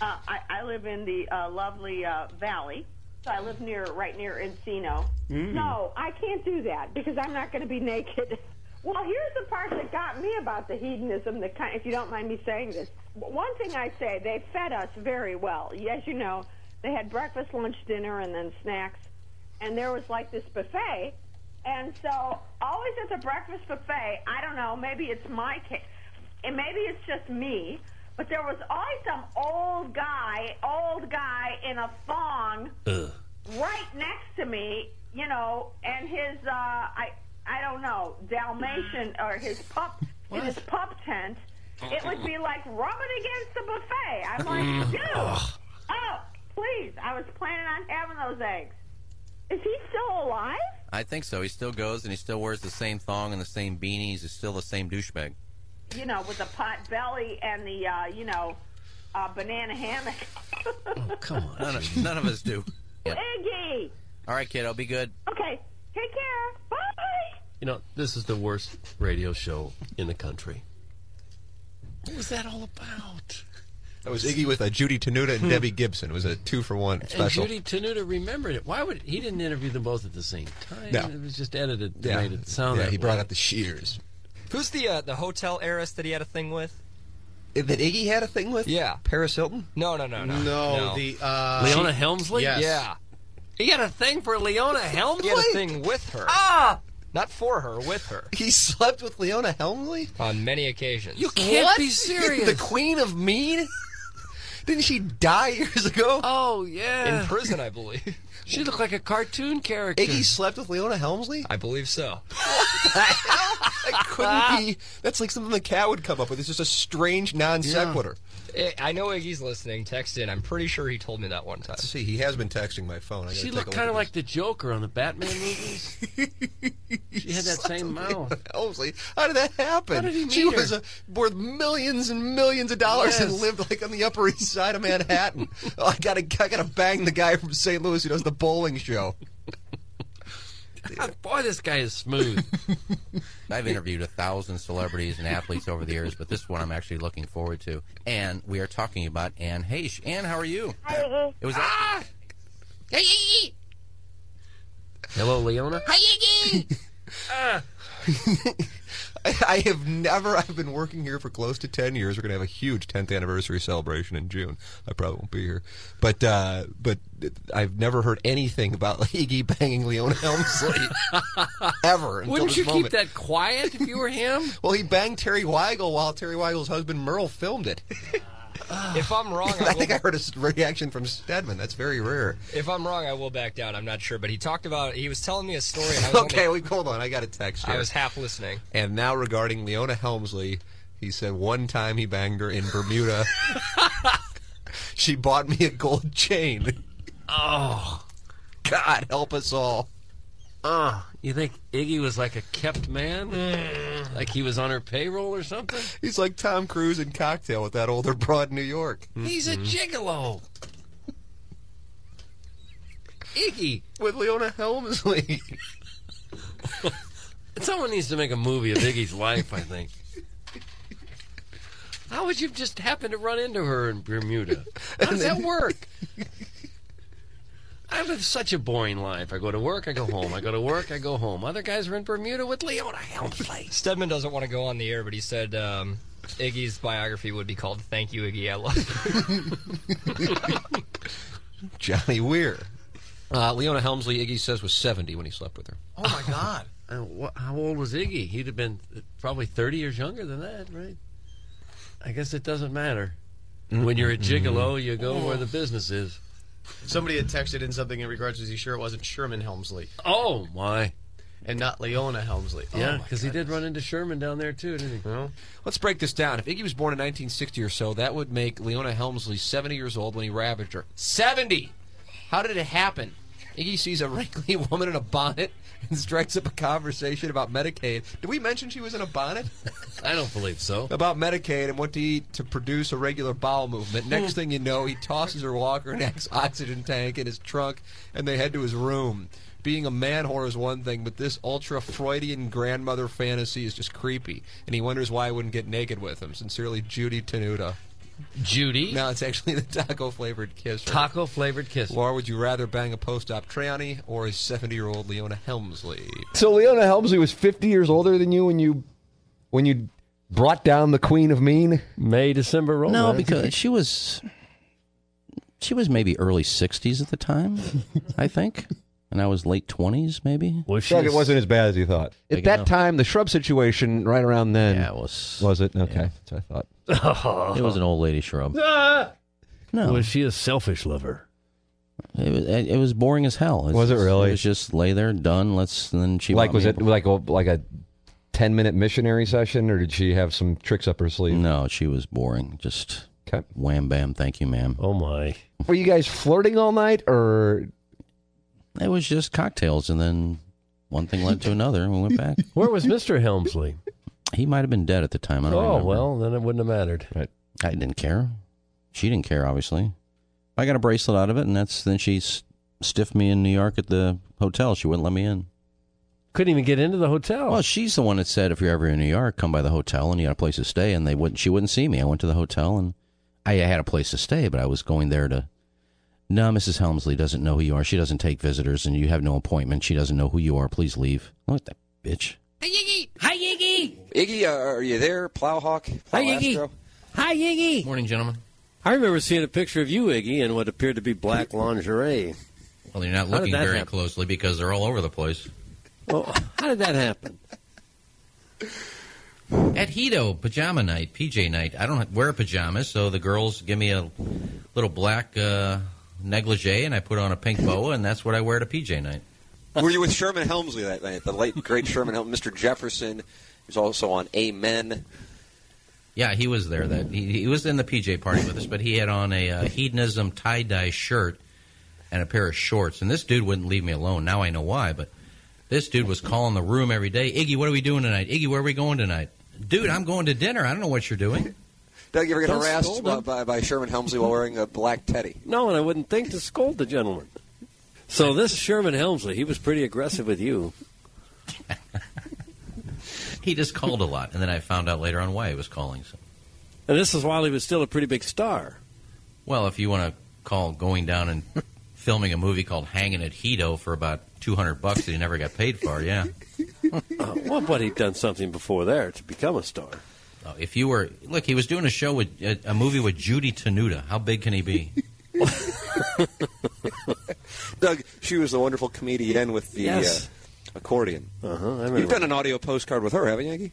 Speaker 31: I, I live in the uh, lovely uh, valley. So I live near, right near Encino.
Speaker 9: Mm.
Speaker 31: No, I can't do that because I'm not going to be naked. Well, here's the part that got me about the hedonism. That kind, if you don't mind me saying this, W- one thing I say, they fed us very well. As you know, they had breakfast, lunch, dinner, and then snacks. And there was like this buffet, and so always at the breakfast buffet, I don't know, maybe it's my case, and maybe it's just me, but there was always some old guy, old guy in a thong right next to me, you know, and his uh I I don't know, Dalmatian or his pup in his pup tent, it would be like rubbing against the buffet. I'm like, dude, oh, please, I was planning on having those eggs. Is he still alive?
Speaker 8: I think so. He still goes and he still wears the same thong and the same beanies. He's still the same douchebag.
Speaker 31: You know, with the pot belly and the uh, you know, uh, banana hammock.
Speaker 8: Come on,
Speaker 21: Oh,
Speaker 8: none of, none of us
Speaker 21: (laughs)
Speaker 8: do. Yeah.
Speaker 31: Iggy.
Speaker 8: All right, kiddo, be good.
Speaker 31: Okay. Take care. Bye.
Speaker 2: You know, this is the worst radio show in the country.
Speaker 31: What was that all about?
Speaker 4: That was Iggy with uh, Judy Tenuta
Speaker 28: Hmm.
Speaker 4: and Debbie Gibson. It was a two for one special.
Speaker 2: Hmm. And Judy Tenuta remembered it. Why would he didn't interview them both at the same time?
Speaker 4: No.
Speaker 2: It was just edited to
Speaker 4: Yeah.
Speaker 2: make it sound
Speaker 4: Yeah,
Speaker 2: that
Speaker 4: he brought
Speaker 2: way.
Speaker 4: up the shears.
Speaker 7: Who's the uh, the hotel heiress that he had a thing with?
Speaker 4: Eh, That Iggy had a thing with?
Speaker 28: Uh,
Speaker 7: Yeah.
Speaker 4: Paris Hilton?
Speaker 7: No, no, no, no.
Speaker 4: No,
Speaker 7: the
Speaker 4: uh,
Speaker 2: Leona Helmsley?
Speaker 7: Yeah.
Speaker 2: He had a thing for Leona Helmsley.
Speaker 7: He had a thing with her. Ah. Not for her, with her.
Speaker 4: (laughs) He slept with Leona Helmsley
Speaker 7: on many occasions.
Speaker 2: You can't be serious.
Speaker 4: the queen of mean? Didn't she die years ago?
Speaker 2: Oh yeah.
Speaker 7: In prison, I believe.
Speaker 2: (laughs) She looked like a cartoon character.
Speaker 4: Iggy slept with Leona Helmsley?
Speaker 7: I believe so.
Speaker 4: That couldn't
Speaker 2: (laughs)
Speaker 4: be. That's like something the cat would come up with. It's just a strange non sequitur.
Speaker 7: Eh, I- I know Iggy's listening. Text in. I'm pretty sure he told me that one time.
Speaker 4: See, he has been texting my phone.
Speaker 7: gotta
Speaker 2: She
Speaker 7: take
Speaker 2: looked
Speaker 7: a
Speaker 2: kind of
Speaker 7: look
Speaker 2: like the Joker on the
Speaker 4: (laughs)
Speaker 2: Batman movies. she had that same mouth.
Speaker 4: Helmsley, how did that happen?
Speaker 2: How did he meet
Speaker 4: she
Speaker 2: her?
Speaker 4: was uh worth millions and millions of dollars and
Speaker 2: Yes.
Speaker 4: lived like on the Upper East Side of
Speaker 2: (laughs)
Speaker 4: Manhattan. oh, I gotta, I gotta bang the guy from St. Louis who does the bowling show.
Speaker 2: Boy, this guy is smooth.
Speaker 8: (laughs) I've interviewed a thousand celebrities and athletes over the years, but this one I'm actually looking forward to. And we are talking about Anne Heche. Anne, how are you?
Speaker 7: Hi, Iggy.
Speaker 8: It was ah!
Speaker 7: Hey, Iggy.
Speaker 2: Hello, Leona.
Speaker 7: Hi, Iggy.
Speaker 4: I, (laughs) I have never. I've been working here for close to ten years. We're gonna have a huge tenth anniversary celebration in June. I probably won't be here, but uh, but I've never heard anything about (laughs) Iggy banging Leona Helmsley
Speaker 2: (laughs)
Speaker 4: ever. until
Speaker 2: Wouldn't
Speaker 4: this
Speaker 2: you
Speaker 4: moment.
Speaker 2: keep that quiet if you were him?
Speaker 4: (laughs) Well, he banged Terry Weigel while Terry Weigel's husband Merle filmed it.
Speaker 7: if I'm wrong,
Speaker 4: (laughs) I think I heard a s- reaction from Stedman. That's very rare.
Speaker 7: If I'm wrong, I will back down. I'm not sure, but he talked about. He was telling me a story.
Speaker 4: (laughs)
Speaker 7: And I was
Speaker 4: Okay,
Speaker 7: only-
Speaker 4: we hold on. I got a text. Here.
Speaker 7: I was half listening.
Speaker 4: And now regarding Leona Helmsley, he said one time he banged her in (laughs) Bermuda. she bought me a gold chain.
Speaker 2: Oh,
Speaker 4: God help us all.
Speaker 2: Oh, you think Iggy was like a kept man? Like he was on her payroll or something?
Speaker 4: He's like Tom Cruise in Cocktail with that older broad in New York.
Speaker 2: He's a gigolo. Iggy.
Speaker 4: With Leona Helmsley.
Speaker 2: Someone needs to make a movie of Iggy's (laughs) life, I think. How would you
Speaker 4: (laughs)
Speaker 2: just happen to run into her in Bermuda? How does that work? (laughs) I live such a boring life. I go to work, I go home. I go to work, I go home. Other guys are in Bermuda with Leona Helmsley.
Speaker 7: Stedman doesn't want to go on the air, but he said um, Iggy's biography would be called "Thank You, Iggy." I love.
Speaker 4: (laughs)
Speaker 7: You."
Speaker 4: Johnny Weir. Uh, Leona Helmsley, Iggy says, was 70 when he slept with her.
Speaker 2: Oh my God! how old was Iggy? He'd have been uh, probably thirty years younger than that, right?
Speaker 32: I guess it doesn't matter.
Speaker 14: Mm-hmm.
Speaker 32: When you're a gigolo, you go where the business is.
Speaker 14: Somebody had texted in something in regards to, is he sure it wasn't Sherman Helmsley?
Speaker 32: Oh, my.
Speaker 14: And not Leona Helmsley. Oh,
Speaker 32: Yeah,
Speaker 14: my
Speaker 32: because he did run into Sherman down there too, didn't he?
Speaker 4: Let's break this down. If Iggy was born in 1960 or so, that would make Leona Helmsley 70 years old when he ravaged her. 70! How did it happen? Iggy sees a wrinkly (laughs) woman in a bonnet and strikes up a conversation about Medicaid. Did we mention she was in a bonnet?
Speaker 32: I don't believe so.
Speaker 4: About Medicaid and what to eat to produce a regular bowel movement. Next thing you know, he tosses her walker and ex oxygen tank in his trunk, and they head to his room. Being a man whore is one thing, but this ultra Freudian grandmother fantasy is just creepy, and he wonders why I wouldn't get naked with him. Sincerely, Judy Tenuta.
Speaker 32: Judy?
Speaker 4: No, it's actually the taco flavored kiss.
Speaker 32: Taco flavored kiss.
Speaker 4: Or would you rather bang a post op tranny or a 70 year old Leona Helmsley?
Speaker 21: So Leona Helmsley was 50 years older than you when you when you brought down the Queen of Mean.
Speaker 32: May December roll.
Speaker 8: No, because she was she was maybe early sixties at the time, I think, and I was late twenties, maybe.
Speaker 32: Was
Speaker 21: Doug, it wasn't as bad as you thought.
Speaker 8: Big
Speaker 21: At that
Speaker 8: enough.
Speaker 21: time, the shrub situation right around then.
Speaker 8: Yeah, it was.
Speaker 21: Was it? Okay. That's what I thought.
Speaker 8: It was an old lady shrub. No.
Speaker 2: Was she a selfish lover?
Speaker 8: It was, it it was boring as hell.
Speaker 21: Was it
Speaker 8: just-
Speaker 21: really?
Speaker 8: It was just lay there, done. Let's. And then she
Speaker 21: like
Speaker 8: wound
Speaker 21: was
Speaker 8: me
Speaker 21: it
Speaker 8: up.
Speaker 21: like a like a 10 minute missionary session or did she have some tricks up her sleeve
Speaker 8: no she was boring just wham bam thank you ma'am
Speaker 2: oh my
Speaker 21: were you guys flirting all night or
Speaker 8: it was just cocktails and then one thing led to another and we went back
Speaker 2: where was mr helmsley
Speaker 8: he might have been dead at the time i don't
Speaker 2: oh
Speaker 8: remember.
Speaker 2: well, then it wouldn't have mattered.
Speaker 8: i didn't care she didn't care obviously i got a bracelet out of it and that's then she s- stiffed me in new york at the hotel she wouldn't let me in
Speaker 2: couldn't even get into the hotel
Speaker 8: well she's the one that said if you're ever in new york come by the hotel and you got a place to stay and they wouldn't she wouldn't see me i went to the hotel and i had a place to stay but i was going there to No, Mrs. Helmsley doesn't know who you are. She doesn't take visitors, and you have no appointment. She doesn't know who you are. Please leave. What the bitch?
Speaker 33: Hi, Iggy.
Speaker 16: uh,
Speaker 8: Iggy, are you there, Plowhawk?
Speaker 33: Hi, Iggy. Hi, Iggy.
Speaker 8: Morning, gentlemen.
Speaker 2: I remember seeing a picture of you, Iggy, in what appeared to be black lingerie.
Speaker 8: Well, you're not
Speaker 2: How did
Speaker 8: looking
Speaker 2: that
Speaker 8: very
Speaker 2: happen?
Speaker 8: closely because they're all over the place.
Speaker 2: Well, (laughs) how did that happen?
Speaker 8: At Hito, pajama night, PJ night. I don't wear pajamas, so the girls give me a little black uh, negligee, and I put on a pink boa, and that's what I wear to PJ night.
Speaker 16: Were you with Sherman Helmsley that night? The late great Sherman Helmsley, Mr. Jefferson. He was also on Amen.
Speaker 8: Yeah, he was there. That he, he was in the PJ party with us, but he had on a uh, hedonism tie dye shirt and a pair of shorts. And this dude wouldn't leave me alone. Now I know why. But this dude was calling the room every day. Iggy, what are we doing tonight? Iggy, where are we going tonight? Dude, I'm going to dinner. I don't know what you're doing.
Speaker 16: Doug, you ever get
Speaker 8: Don't
Speaker 16: harassed
Speaker 8: scold
Speaker 16: by,
Speaker 8: him.
Speaker 16: by, by Sherman Helmsley while wearing a black teddy?
Speaker 2: No, and I wouldn't think to scold the gentleman. So this Sherman Helmsley, he was pretty aggressive with you.
Speaker 8: He just called a lot, and then I found out later on why he was calling. So.
Speaker 2: And this is while he was still a pretty big
Speaker 16: (laughs)
Speaker 2: star.
Speaker 8: Well, if you want to call going down and filming a movie called Hanging at Hito for about 200 bucks that he never got paid for, yeah.
Speaker 2: Uh, well, but he'd done something before there to become a star.
Speaker 8: Oh, if you were look, he was doing a show with a, a movie with Judy Tenuta. How big can he be?
Speaker 16: Doug, she was the wonderful comedian with the
Speaker 8: Yes.
Speaker 16: uh, accordion.
Speaker 2: Uh-huh,
Speaker 16: You've done an audio postcard with her, haven't you, Iggy?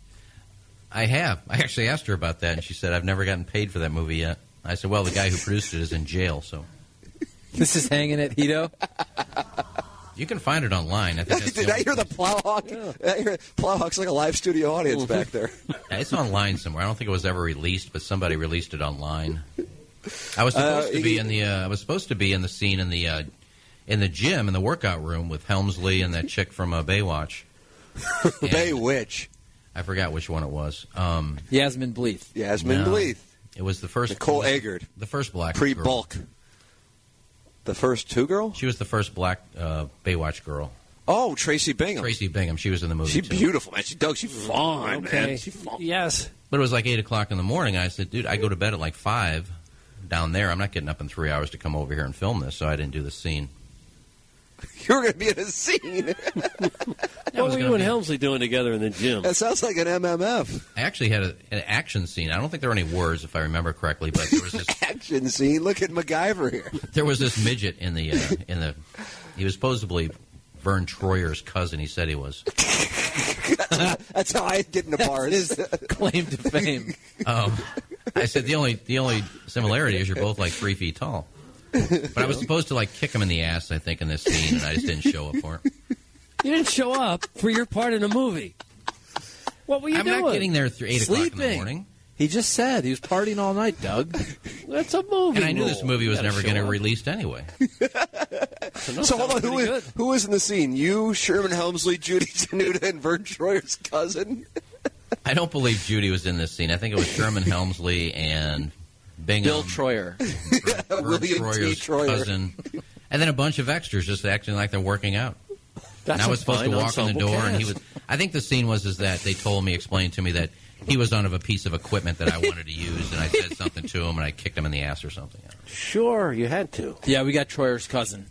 Speaker 8: I have. I actually asked her about that, and she said, "I've never gotten paid for that movie yet." I said, "Well, the guy who produced it is in jail, so."
Speaker 34: This is hanging at Hito.
Speaker 8: You can find it online. I
Speaker 34: (laughs)
Speaker 8: think that's
Speaker 16: Did
Speaker 8: the
Speaker 16: I
Speaker 8: only-
Speaker 16: hear the plowhawk? I hear plowhawk's like a live studio audience
Speaker 4: Mm-hmm.
Speaker 16: back there. (laughs)
Speaker 8: Yeah, it's online somewhere. I don't think it was ever released, but somebody released it online. I was
Speaker 16: Uh,
Speaker 8: supposed to be
Speaker 16: Iggy-
Speaker 8: in the. Uh, I was supposed to be in the scene in the uh, in the gym in the workout room with Helmsley and that chick from uh, Baywatch.
Speaker 16: (laughs) Baywitch.
Speaker 8: I forgot which one it was. Um,
Speaker 34: Yasmin Bleeth.
Speaker 16: Yasmin
Speaker 8: no.
Speaker 16: Bleeth.
Speaker 8: It was the first
Speaker 16: Nicole
Speaker 8: it was
Speaker 16: Agard.
Speaker 8: the first black girl.
Speaker 16: Pre-bulk. The first two girl.
Speaker 8: She was the first black uh, Baywatch girl.
Speaker 16: Oh, Tracy Bingham.
Speaker 8: Tracy Bingham. She was in the movie.
Speaker 16: She's
Speaker 8: too.
Speaker 16: beautiful, man. She, Doug, she's fine, man. She's
Speaker 2: Yes.
Speaker 8: But it was like eight o'clock in the morning. I said, "Dude, I go to bed at like five down there. I'm not getting up in three hours to come over here and film this." So I didn't do the scene.
Speaker 16: You're going to be in
Speaker 4: (laughs)
Speaker 16: a scene.
Speaker 2: What were you and Helmsley doing together in the gym?
Speaker 16: that sounds like an MMF
Speaker 8: I actually had a, an action scene. I don't think there were any words, if I remember correctly, but there was this (laughs)
Speaker 16: action scene. Look at MacGyver here. (laughs)
Speaker 8: there was this midget in the uh, in the. He was supposedly Vern Troyer's cousin. He said he was.
Speaker 16: That's how I get into bars. (laughs)
Speaker 34: Claim to fame.
Speaker 8: Um, I said the only the only similarity is you're both like three feet tall. But I was supposed to like kick him in the ass, I think, in this scene, and I just didn't show up for it.
Speaker 2: You didn't show up for your part in a movie. What were you
Speaker 8: I'm
Speaker 2: doing?
Speaker 8: not getting there through eight
Speaker 2: Sleeping.
Speaker 8: o'clock in the morning.
Speaker 19: He just said he was partying all night, Doug.
Speaker 2: That's a
Speaker 8: (laughs)
Speaker 2: movie.
Speaker 8: And I knew this
Speaker 2: rule.
Speaker 8: movie was
Speaker 2: Gotta
Speaker 8: never
Speaker 2: show
Speaker 8: going to
Speaker 2: up.
Speaker 8: release anyway.
Speaker 35: so hold on, who is, who is in the scene? You, Sherman Helmsley, Judy Tenuta, and Vern Troyer's
Speaker 16: (laughs)
Speaker 35: cousin.
Speaker 8: I don't believe Judy was in this scene. I think it was
Speaker 35: (laughs)
Speaker 8: Sherman Helmsley and Bingham.
Speaker 35: Bill
Speaker 8: Troyer.
Speaker 35: (laughs) William T.
Speaker 8: Troyer's
Speaker 35: Troyer.
Speaker 8: cousin. And then a bunch of extras just acting like they're working out.
Speaker 35: That's
Speaker 8: and I was
Speaker 35: a
Speaker 8: supposed to
Speaker 35: fine
Speaker 8: walk in the
Speaker 35: ensemble
Speaker 8: door, and he was.
Speaker 35: cast.
Speaker 8: I think the scene was is that they told me, explained to me that he was on of a piece of
Speaker 35: (laughs)
Speaker 8: equipment that I wanted to use, and I said something to him, and I kicked him in the ass or something.
Speaker 2: Oh,
Speaker 19: Sure, you had to. Yeah, we got Troyer's
Speaker 2: (laughs)
Speaker 19: cousin.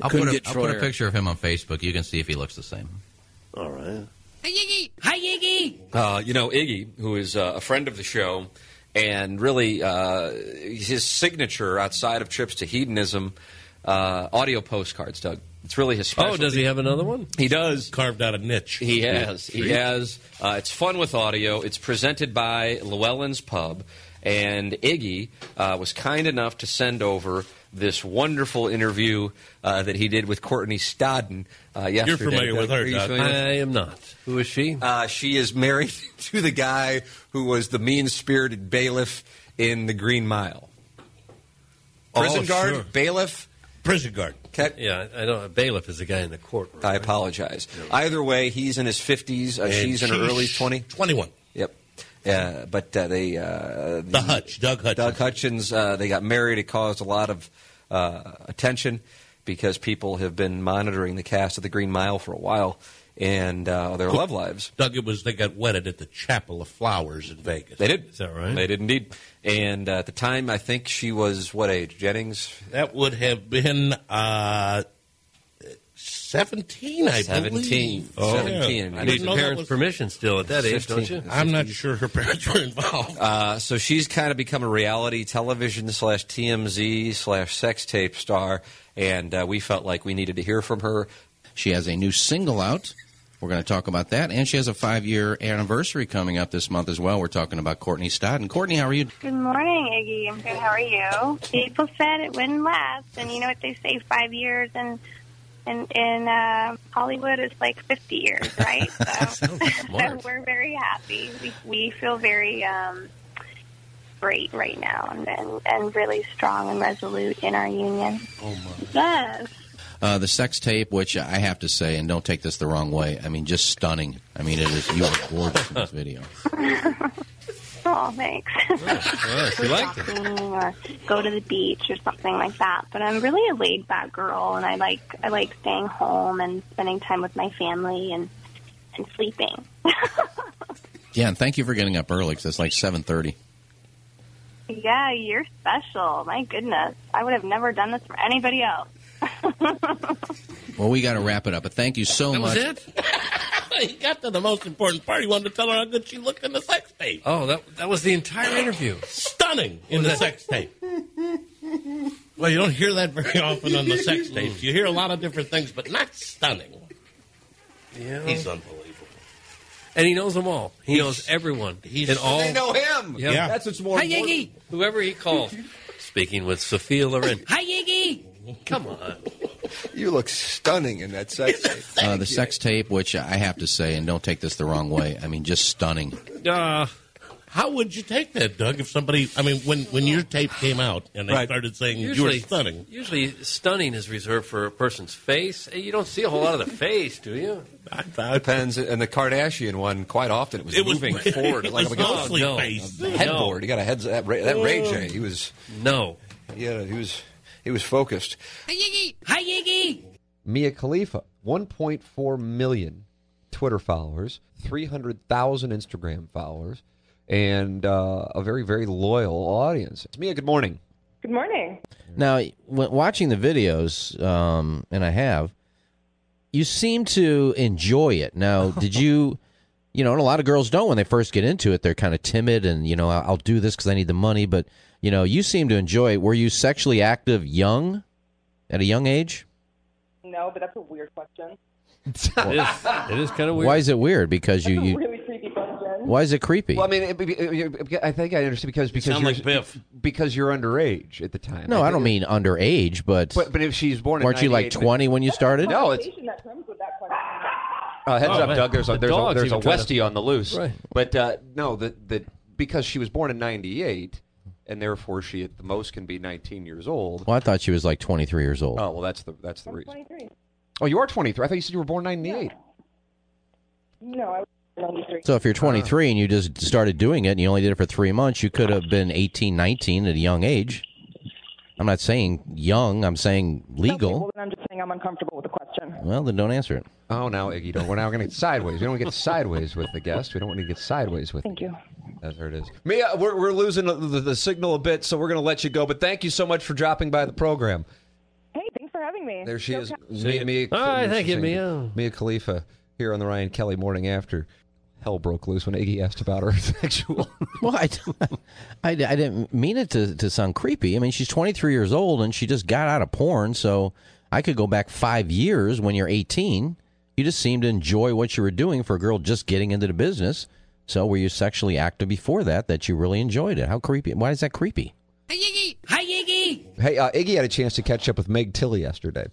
Speaker 8: I'll,
Speaker 19: Couldn't
Speaker 8: put a,
Speaker 19: get
Speaker 8: I'll put a
Speaker 19: Troyer.
Speaker 8: picture of him on Facebook. You can see if he looks the same.
Speaker 4: All right.
Speaker 16: Hi Iggy. Hi Iggy.
Speaker 4: Uh, you know, Iggy, who is uh, a friend of the show, and really uh, his signature outside of trips to hedonism, uh, audio postcards, Doug. It's really his
Speaker 2: Oh,
Speaker 4: specialty.
Speaker 2: does he have another one?
Speaker 4: He does.
Speaker 2: Carved out a niche.
Speaker 4: He has. He
Speaker 2: Yeah.
Speaker 4: has. Uh, it's fun with audio. It's presented by Llewellyn's Pub. And Iggy uh, was kind enough to send over this wonderful interview uh, that he did with Courtney Stodden uh, yesterday.
Speaker 2: familiar
Speaker 4: Doug,
Speaker 2: with her,
Speaker 4: are you
Speaker 2: Doug.
Speaker 4: familiar?
Speaker 2: I am not. Who is she?
Speaker 4: Uh, she is married (laughs) to the guy who was the mean spirited bailiff in The Green Mile. Prison
Speaker 2: Oh,
Speaker 4: guard,
Speaker 2: sure.
Speaker 4: bailiff,
Speaker 2: Prison guard.
Speaker 4: Okay.
Speaker 2: Yeah, I don't. A bailiff is the guy in the courtroom.
Speaker 4: I apologize. Either way, he's in his 50s. Uh,
Speaker 2: And
Speaker 4: she's in her
Speaker 2: she's
Speaker 4: early 20.
Speaker 2: 21.
Speaker 4: Yep. Uh, but uh, they. Uh, the,
Speaker 10: Hutch, Doug Hutchins.
Speaker 4: Doug Hutchins, uh, they got married. It caused a lot of uh, attention because people have been monitoring the cast of The Green Mile for a while and uh, their love lives.
Speaker 10: Doug, it was they got wedded at the Chapel of Flowers in Vegas.
Speaker 4: They did. Is
Speaker 10: that right?
Speaker 4: They did indeed. And uh, at the time, I think she was what age? Jennings?
Speaker 10: That would have been uh, seventeen, I
Speaker 4: 17.
Speaker 10: believe. Oh,
Speaker 4: 17.
Speaker 10: Yeah.
Speaker 4: I
Speaker 10: I
Speaker 4: need
Speaker 10: didn't
Speaker 4: the
Speaker 10: know that
Speaker 4: parents'
Speaker 10: was-
Speaker 2: permission still at that age, don't
Speaker 4: 15.
Speaker 2: you?
Speaker 10: I'm not sure her (laughs) parents were involved.
Speaker 4: Uh, so she's kind of become a reality television slash TMZ slash sex tape star, and uh, we (laughs) felt like we needed to hear from her.
Speaker 8: She has a new single out. We're going to talk about that, and she has a five-year anniversary coming up this month as well. We're talking about Courtney Stodden. Courtney, how are you?
Speaker 36: Good morning, Iggy. I'm good. How are you? People said it wouldn't last, and you know what they say: five years and in in uh, Hollywood is like fifty years, (laughs) right? So, so we're very happy. We, we feel very um, great right now, and, and and really strong and resolute in our union. Oh my! Yes.
Speaker 8: Uh, the sex tape, which I have to say, and don't take this the wrong way, I mean, just stunning. I mean, it is you are
Speaker 10: (laughs)
Speaker 8: gorgeous in this video.
Speaker 36: (laughs) Oh, thanks.
Speaker 8: yeah, she
Speaker 36: Or
Speaker 8: liked it.
Speaker 36: shopping (laughs) Or go to the beach or something like that. But I'm really a laid back girl, and I like I like staying home and spending time with my family and and sleeping.
Speaker 8: Yeah, and thank you for getting up early because it's like seven thirty.
Speaker 36: Yeah, you're special. My goodness, I would have never done this for anybody else.
Speaker 8: Well, we got to wrap it up, but thank you so
Speaker 10: That was
Speaker 8: much.
Speaker 10: it. he got to the most important part. He wanted to tell her how good she looked in the sex tape.
Speaker 2: Oh, that that was the entire interview.
Speaker 10: Stunning in the sex tape. Well, you don't hear that very often on the sex tapes. You hear a lot of different things, but not stunning.
Speaker 2: Yeah.
Speaker 10: He's unbelievable.
Speaker 2: and he knows them all. He knows everyone. He's in all.
Speaker 10: They know him.
Speaker 2: Yeah.
Speaker 10: Yeah.
Speaker 2: That's
Speaker 10: That's what's more
Speaker 2: Hi,
Speaker 10: important.
Speaker 2: Iggy. Whoever
Speaker 4: (laughs)
Speaker 2: he calls. Speaking with Sophia Loren.
Speaker 16: Hi Iggy.
Speaker 2: Come on.
Speaker 8: You look stunning in that sex
Speaker 2: (laughs)
Speaker 8: tape. Uh, the sex tape, which I have to say, and don't take this the wrong way, I mean, just stunning.
Speaker 10: Uh, how would you take that, Doug? If somebody, I mean, when when your tape came out and they
Speaker 2: Right.
Speaker 10: started saying you
Speaker 2: Usually-
Speaker 10: were stunning,
Speaker 2: Usually, stunning is reserved for a person's face. Hey, You don't see a whole lot of the face, do you?
Speaker 4: Depends. And the Kardashian one, quite often it was
Speaker 2: (laughs) It was-
Speaker 4: moving forward
Speaker 2: it
Speaker 4: like
Speaker 2: was
Speaker 4: like a-
Speaker 2: mostly
Speaker 4: no,
Speaker 2: face.
Speaker 4: a headboard. He got a head. That Ray, that Ray J. He was
Speaker 2: no.
Speaker 4: Yeah, he was. He was focused.
Speaker 16: Hi Iggy. Hi Iggy.
Speaker 37: Mia Khalifa, 1.4 million Twitter followers, 300,000 Instagram followers, and uh, a very, very loyal audience. Mia, good morning.
Speaker 38: Good morning.
Speaker 39: Now, when watching the videos, um, and I have, you seem to enjoy it. Now, did you, you know, and a lot of girls don't when they first get into it. They're kind of timid, and you know, I'll, I'll do this because I need the money. But you know, you seem to enjoy it. Were you sexually active young, at a young
Speaker 4: (laughs)
Speaker 39: age?
Speaker 38: No, but that's a weird question.
Speaker 2: It is, it is kind of weird.
Speaker 39: Why is it weird? Because
Speaker 38: That's
Speaker 39: you,
Speaker 38: a
Speaker 39: you
Speaker 38: (laughs) really creepy question.
Speaker 40: cousin.
Speaker 8: Why is it creepy?
Speaker 4: Well, I mean, it, it- it- it- I think I understand because because
Speaker 8: sound
Speaker 4: you're
Speaker 8: like Biff.
Speaker 4: because you're underage at the time.
Speaker 8: No, I don't mean
Speaker 4: think-
Speaker 8: underage, but
Speaker 4: But but if she's born, at
Speaker 8: weren't you like
Speaker 4: 98
Speaker 8: 20 when you started?
Speaker 4: No, it's Uh, heads
Speaker 19: Oh,
Speaker 4: up,
Speaker 19: man.
Speaker 4: Doug. There's a
Speaker 19: The
Speaker 4: there's a,
Speaker 19: dog's
Speaker 4: there's a
Speaker 19: even trying to-
Speaker 4: Westie on the loose.
Speaker 19: Right.
Speaker 4: But uh, no, the the because she was born in '98, and therefore she at the most can be 19 years old.
Speaker 8: Well, I thought she was like 23 years old.
Speaker 4: Oh well, that's the that's the reason. Oh, you are 23. I thought you said you were born '98.
Speaker 40: No, I was 93.
Speaker 8: So
Speaker 4: Uh,
Speaker 8: if you're 23 and you just started doing it and you only did it for three months, you could have been 18, 19 at a young age. I'm not saying young. I'm saying
Speaker 40: Well,
Speaker 8: legal.
Speaker 40: then I'm just saying I'm uncomfortable with the question.
Speaker 8: Well, then don't answer it.
Speaker 4: Oh, now Iggy, don't. We're now going to get sideways. We don't get sideways with the guest. We don't want to get sideways with.
Speaker 40: Thank you.
Speaker 4: That's there it is. Mia, we're, we're losing the, the, the signal a bit, so we're going to let you go. But thank you so much for dropping by the program.
Speaker 40: Hey, thanks for having me.
Speaker 4: There she
Speaker 40: Go
Speaker 4: is.
Speaker 40: Cat-
Speaker 41: (laughs)
Speaker 4: Mia, Mia,
Speaker 40: All right, thank you,
Speaker 4: Mia-
Speaker 40: Mia.
Speaker 4: Mia Khalifa here on the Ryan Kelly Morning After. Hell broke loose when Iggy asked about her (laughs) sexual.
Speaker 8: (laughs) Well, I, (laughs) I, I didn't mean it to, to sound creepy. I mean, she's 23 years old and she just got out of porn. So I could go back five years when you're 18. You just seemed to enjoy what you were doing for a girl just getting into the business. So were you sexually active before that that you really enjoyed it? How creepy? Why is that creepy?
Speaker 2: Hi Iggy. Hi Iggy.
Speaker 4: hey, uh, Iggy had a chance to catch up with Meg Tilly yesterday.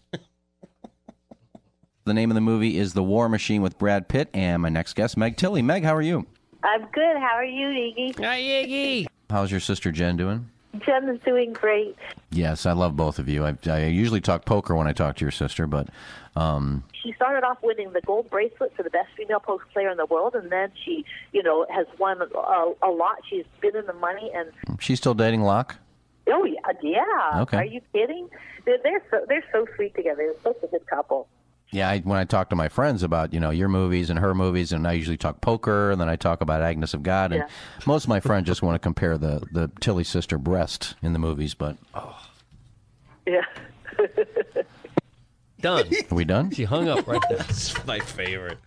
Speaker 8: The name of the movie is The War Machine with Brad Pitt and my next guest, Meg Tilly. Meg, how are you?
Speaker 25: I'm good. How are you, Iggy? Hi, Iggy.
Speaker 8: How's your sister Jen doing?
Speaker 25: Jen's doing great.
Speaker 8: Yes, I love both of you. I, I usually talk poker when I talk to your sister, but um,
Speaker 25: She started off winning the gold bracelet for the best female poker player in the world, and then she, you know, has won a, a lot. She's been in the money, and
Speaker 8: she's still dating Locke.
Speaker 25: oh yeah, yeah.
Speaker 8: Okay.
Speaker 25: Are you kidding? They're, they're so they're so sweet together. They're such a good couple.
Speaker 8: Yeah, I, when I talk to my friends about you know your movies and her movies, and I usually talk poker, and then I talk about Agnes of God, and
Speaker 25: Yeah.
Speaker 8: most of my friends just want to compare the the Tilly sister breast in the movies. But
Speaker 25: Yeah.
Speaker 8: done. Are we done? She hung up right there.
Speaker 10: That's my favorite.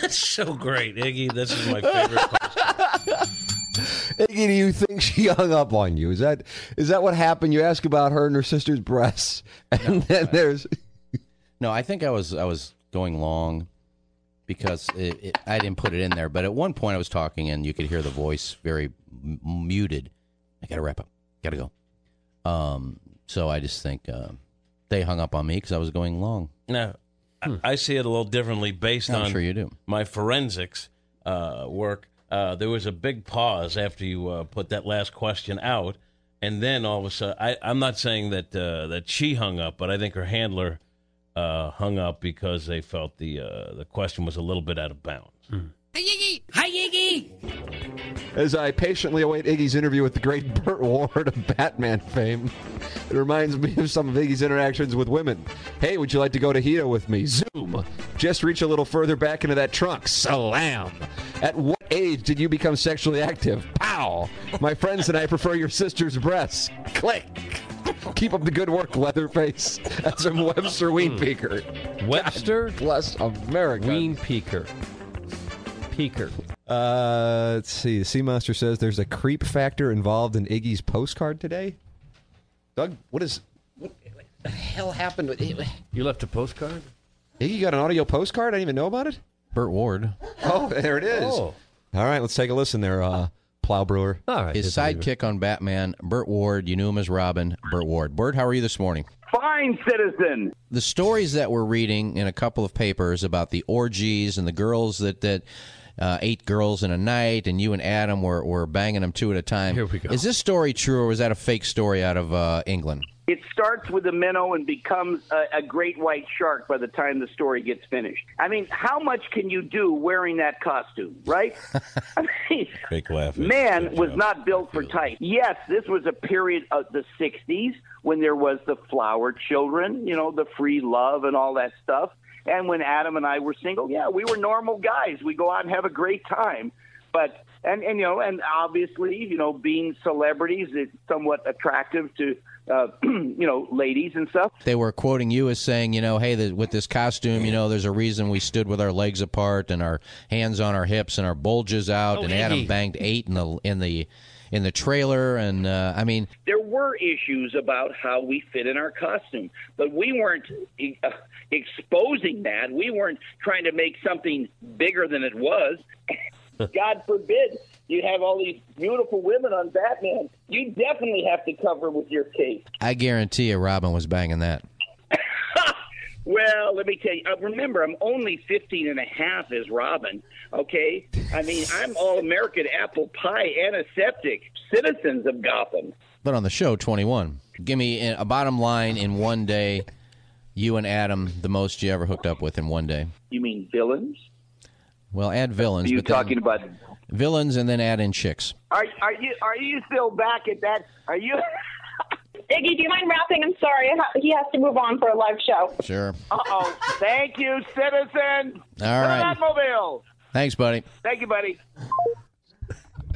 Speaker 10: That's so great, Iggy. This is my (laughs) favorite.
Speaker 4: (laughs) Iggy, do you think she hung up on you? Is that is that what happened? You ask about her and her sister's breasts, (laughs) and then there's
Speaker 8: No, I think I was I was going long because it, it, I didn't put it in there. But at one point, I was talking, and you could hear the voice very m- muted. I got to wrap up. Got to go. Um, so I just think uh, they hung up on me because I was going long.
Speaker 10: No, I- I see it a little differently based
Speaker 8: Hmm. I'm
Speaker 10: on
Speaker 8: sure you do.
Speaker 10: my forensics uh, work. Uh, there was a big pause after you uh, put that last question out, and then all of a sudden, I, I'm not saying that uh, that she hung up, but I think her handler uh, hung up because they felt the uh, the question was a little bit out of bounds.
Speaker 8: Hmm.
Speaker 2: Hi Iggy. Hi Iggy.
Speaker 4: As I patiently await Iggy's interview with the great (laughs) Burt Ward of Batman fame, it reminds me of some of Iggy's interactions with women. Hey, would you like to go to Hito with me? Zoom. Just reach a little further back into that trunk. Salam. At what age did you become sexually active? Pow. My friends and I prefer your sister's breasts. Click. Keep up the good work, Leatherface. That's from Webster Wienpeaker.
Speaker 42: Webster?
Speaker 4: bless America.
Speaker 42: Wienpeaker. Peaker.
Speaker 4: Uh, let's see. The Sea Monster says there's a creep factor involved in Iggy's postcard today. Doug, what is what the hell happened with
Speaker 42: You left a postcard?
Speaker 4: Iggy got an audio postcard? I didn't even know about it.
Speaker 8: Burt Ward.
Speaker 4: Oh, there it is. (laughs)
Speaker 8: Oh.
Speaker 4: All right, let's take a listen there, uh, Plow Brewer.
Speaker 42: All right.
Speaker 8: His sidekick on Batman, Burt Ward. You knew him as Robin. Burt Ward. Burt, how are you this morning?
Speaker 30: Fine citizen.
Speaker 8: the stories that we're reading in a couple of papers about the orgies and the girls that that uh, eight girls in a night, and you and Adam were, were banging them two at a time. Here we go. Is this story true, or was that a fake story out of uh, England?
Speaker 30: It starts with a minnow and becomes a, a great white shark by the time the story gets finished. I mean, how much can you do wearing that costume, right? (laughs) I mean,
Speaker 10: Fake laugh.
Speaker 30: man was not built for tight. Yes, this was a period of the 60s when there was the flower children, you know, the free love and all that stuff. And when Adam and I were single, yeah, we were normal guys. We go out and have a great time. But and and you know, and obviously, you know, being celebrities is somewhat attractive to uh, (clears throat) you know, ladies and stuff.
Speaker 8: They were quoting you as saying, you know, hey, the, with this costume, you know, there's a reason we stood with our legs apart and our hands on our hips and our bulges out,
Speaker 30: Oh,
Speaker 8: and Adam
Speaker 30: Iggy.
Speaker 8: banged eight in the in the in the trailer, and uh, I mean,
Speaker 30: there were issues about how we fit in our costume, but we weren't e- uh, (laughs) exposing that. We weren't trying to make something bigger than it was. God forbid you have all these beautiful women on Batman. You definitely have to cover with your cape.
Speaker 41: I guarantee you, Robin was banging that.
Speaker 30: Well, let me tell you. Uh, remember, I'm only 15 and a half as Robin, okay? I mean, I'm all American apple pie antiseptic, citizens of Gotham.
Speaker 41: But on the show, 21. Give me a a bottom line in one day. You and Adam, the most you ever hooked up with in one day.
Speaker 30: You mean villains?
Speaker 41: Well, add villains.
Speaker 30: Are you
Speaker 41: but then-
Speaker 30: talking about.
Speaker 41: villains and then add in chicks?
Speaker 30: Are, are you are you still back at that? Are you.
Speaker 40: (laughs) Iggy, do you mind wrapping? I'm sorry. I ha- He has to move on for a live show.
Speaker 41: Sure.
Speaker 30: Uh oh. Thank you, citizens.
Speaker 41: All right.
Speaker 30: Batmobile.
Speaker 41: Thanks, buddy.
Speaker 30: Thank you, buddy.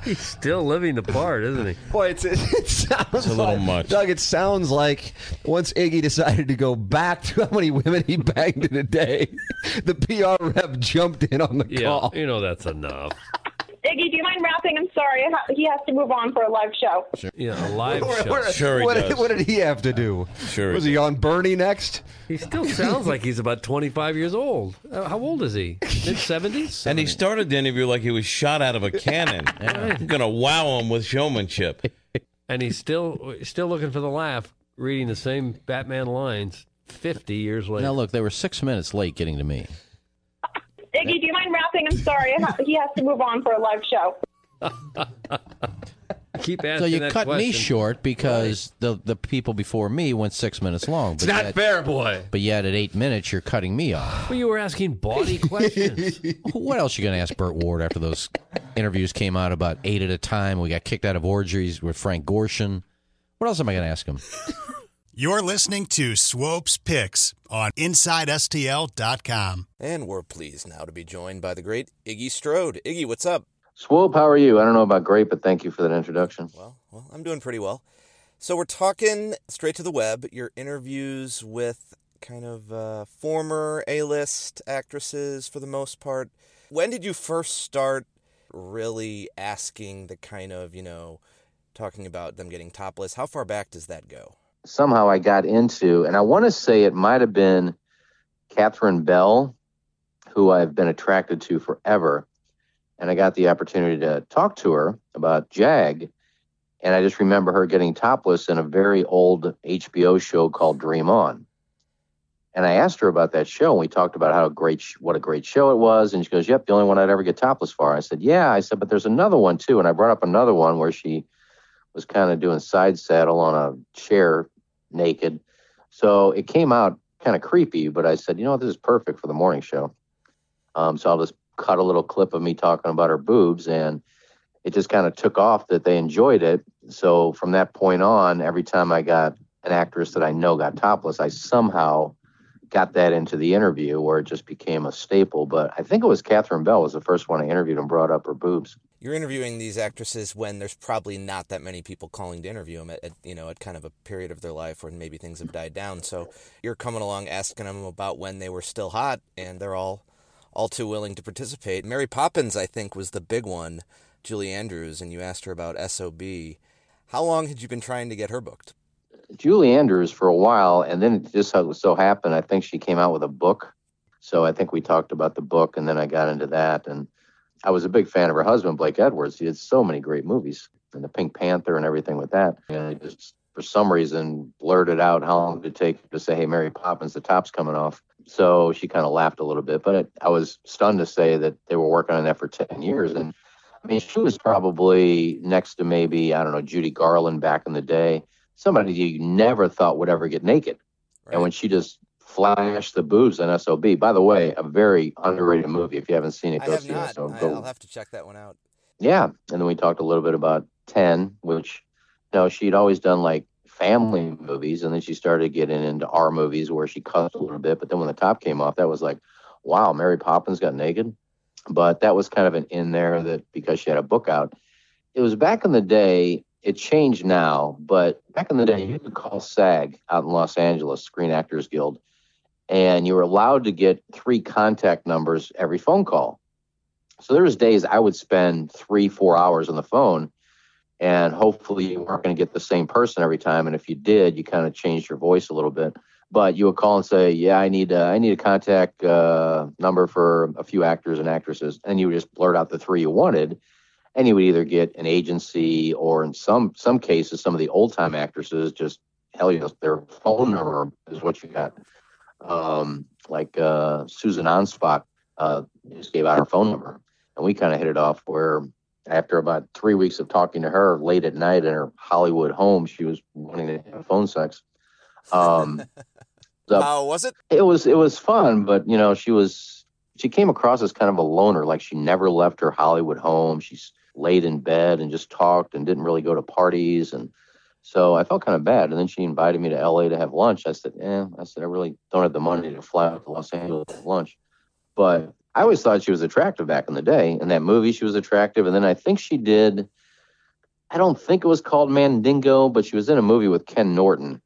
Speaker 2: He's still living the part, isn't
Speaker 41: (laughs)
Speaker 2: he?
Speaker 4: Boy, it's, (laughs) it sounds
Speaker 2: a little much.
Speaker 4: Doug, it sounds like once Iggy decided to go back to how many women he banged in a day, (laughs) the PR rep jumped in on the
Speaker 2: Yeah,
Speaker 4: call.
Speaker 2: you know that's enough.
Speaker 40: Iggy, do you mind wrapping? I'm sorry. I ha- He has to move on for a live show.
Speaker 2: Yeah, a live
Speaker 4: What- what-
Speaker 2: show.
Speaker 4: what, did- what did he have to do?
Speaker 2: Sure he
Speaker 4: Was he on Bernie next?
Speaker 41: (laughs)
Speaker 2: He still sounds like he's about 25 years old. Uh, how old is he? Mid 70s?
Speaker 10: And he started the interview like he was shot out of a
Speaker 2: (laughs)
Speaker 10: cannon. I'm gonna wow him with showmanship.
Speaker 2: And he's still still looking for the laugh, reading the same Batman lines 50 years later.
Speaker 41: Now look, they were six minutes late getting to me.
Speaker 40: Iggy, do you mind wrapping? I'm sorry. I ha- He has to move on for a live show.
Speaker 2: Keep
Speaker 41: so
Speaker 2: asking
Speaker 41: you
Speaker 2: that
Speaker 41: cut me
Speaker 2: question.
Speaker 41: short because the the people before me went six minutes long.
Speaker 2: It's not fair, boy.
Speaker 41: But yet at eight minutes, you're cutting me off.
Speaker 2: Well, you were asking body (laughs) questions.
Speaker 41: (laughs) what else you going to ask Burt Ward after those interviews came out about eight at a time? We got kicked out of orgies with Frank Gorshin. What else am I going to ask him?
Speaker 43: You're listening to Swope's Picks on InsideSTL.com.
Speaker 18: And we're pleased now to be joined by the great Iggy Strode. Iggy, what's up?
Speaker 8: Swope, how are you? I don't know about great, but thank you for that introduction.
Speaker 18: Well, well, I'm doing pretty well. So we're talking straight to the web. Your interviews with kind of uh, former A-list actresses, for the most part. When did you first start really asking the kind of you know talking about them getting topless? How far back does that go?
Speaker 8: Somehow I got into, and I want to say it might have been Catherine Bell, who I've been attracted to forever. And I got the opportunity to talk to her about JAG. And I just remember her getting topless in a very old HBO show called Dream On. And I asked her about that show, and we talked about how great, sh- what a great show it was. And she goes, "Yep, the only one I'd ever get topless for." I said, "Yeah." I said, "But there's another one too." And I brought up another one where she was kind of doing side saddle on a chair, naked. So it came out kind of creepy. But I said, "You know what? This is perfect for the morning show." Um, so I'll just cut a little clip of me talking about her boobs, and it just kind of took off that they enjoyed it. So from that point on, every time I got an actress that I know got topless, I somehow got that into the interview where it just became a staple. But I think it was Catherine Bell was the first one I interviewed and brought up her boobs.
Speaker 18: You're interviewing these actresses when there's probably not that many people calling to interview them at, at you know at kind of a period of their life when maybe things have died down. So you're coming along asking them about when they were still hot, and they're all all too willing to participate. Mary Poppins, I think, was the big one. Julie Andrews, and you asked her about SOB. How long had you been trying to get her booked?
Speaker 8: Julie Andrews for a while, and then it just so, so happened. I think she came out with a book, so I think we talked about the book, and then I got into that. And I was a big fan of her husband, Blake Edwards. He did so many great movies, and the Pink Panther, and everything with that. And I just, for some reason, blurted out how long did it take to say, "Hey, Mary Poppins, the top's coming off." So she kind of laughed a little bit, but it, I was stunned to say that they were working on that for ten years, and I mean, she was probably next to maybe, I don't know, Judy Garland back in the day, somebody you never thought would ever get naked. And when she just flashed the boobs on SOB, by the way, a very underrated movie. If you haven't seen it,
Speaker 18: I
Speaker 8: go
Speaker 18: have
Speaker 8: see
Speaker 18: not.
Speaker 8: it. So
Speaker 18: I,
Speaker 8: go-
Speaker 18: I'll have to check that one out.
Speaker 8: yeah. And then we talked a little bit about 10, which, no, she'd always done like family movies. And then she started getting into R movies where she cussed a little bit. But then when the top came off, that was like, wow, Mary Poppins got naked. But that was kind of an in there that because she had a book out. It was back in the day, it changed now, but back in the day, you could call SAG out in Los Angeles, Screen Actors Guild, and you were allowed to get three contact numbers every phone call. So there was days I would spend three, four hours on the phone, and hopefully you weren't going to get the same person every time. And if you did, you kind of changed your voice a little bit. But you would call and say, "Yeah, I need a, I need a contact uh, number for a few actors and actresses," and you would just blurt out the three you wanted, and you would either get an agency or, in some some cases, some of the old time actresses just hell, you know, their phone number is what you got. Um, like uh, Susan Onspot uh, just gave out her phone number, and we kind of hit it off. Where after about three weeks of talking to her late at night in her Hollywood home, she was wanting to have phone sex.
Speaker 18: (laughs)
Speaker 8: Um, so
Speaker 18: How was it?
Speaker 8: it was it was fun, but you know she was she came across as kind of a loner, like she never left her Hollywood home. She's laid in bed and just talked and didn't really go to parties, and so I felt kind of bad. And then she invited me to L.A. to have lunch. I said, "Eh," I said, "I really don't have the money to fly out to Los Angeles to have lunch," but I always thought she was attractive back in the day. In that movie, she was attractive, and then I think she did. I don't think it was called Mandingo, but she was in a movie with Ken Norton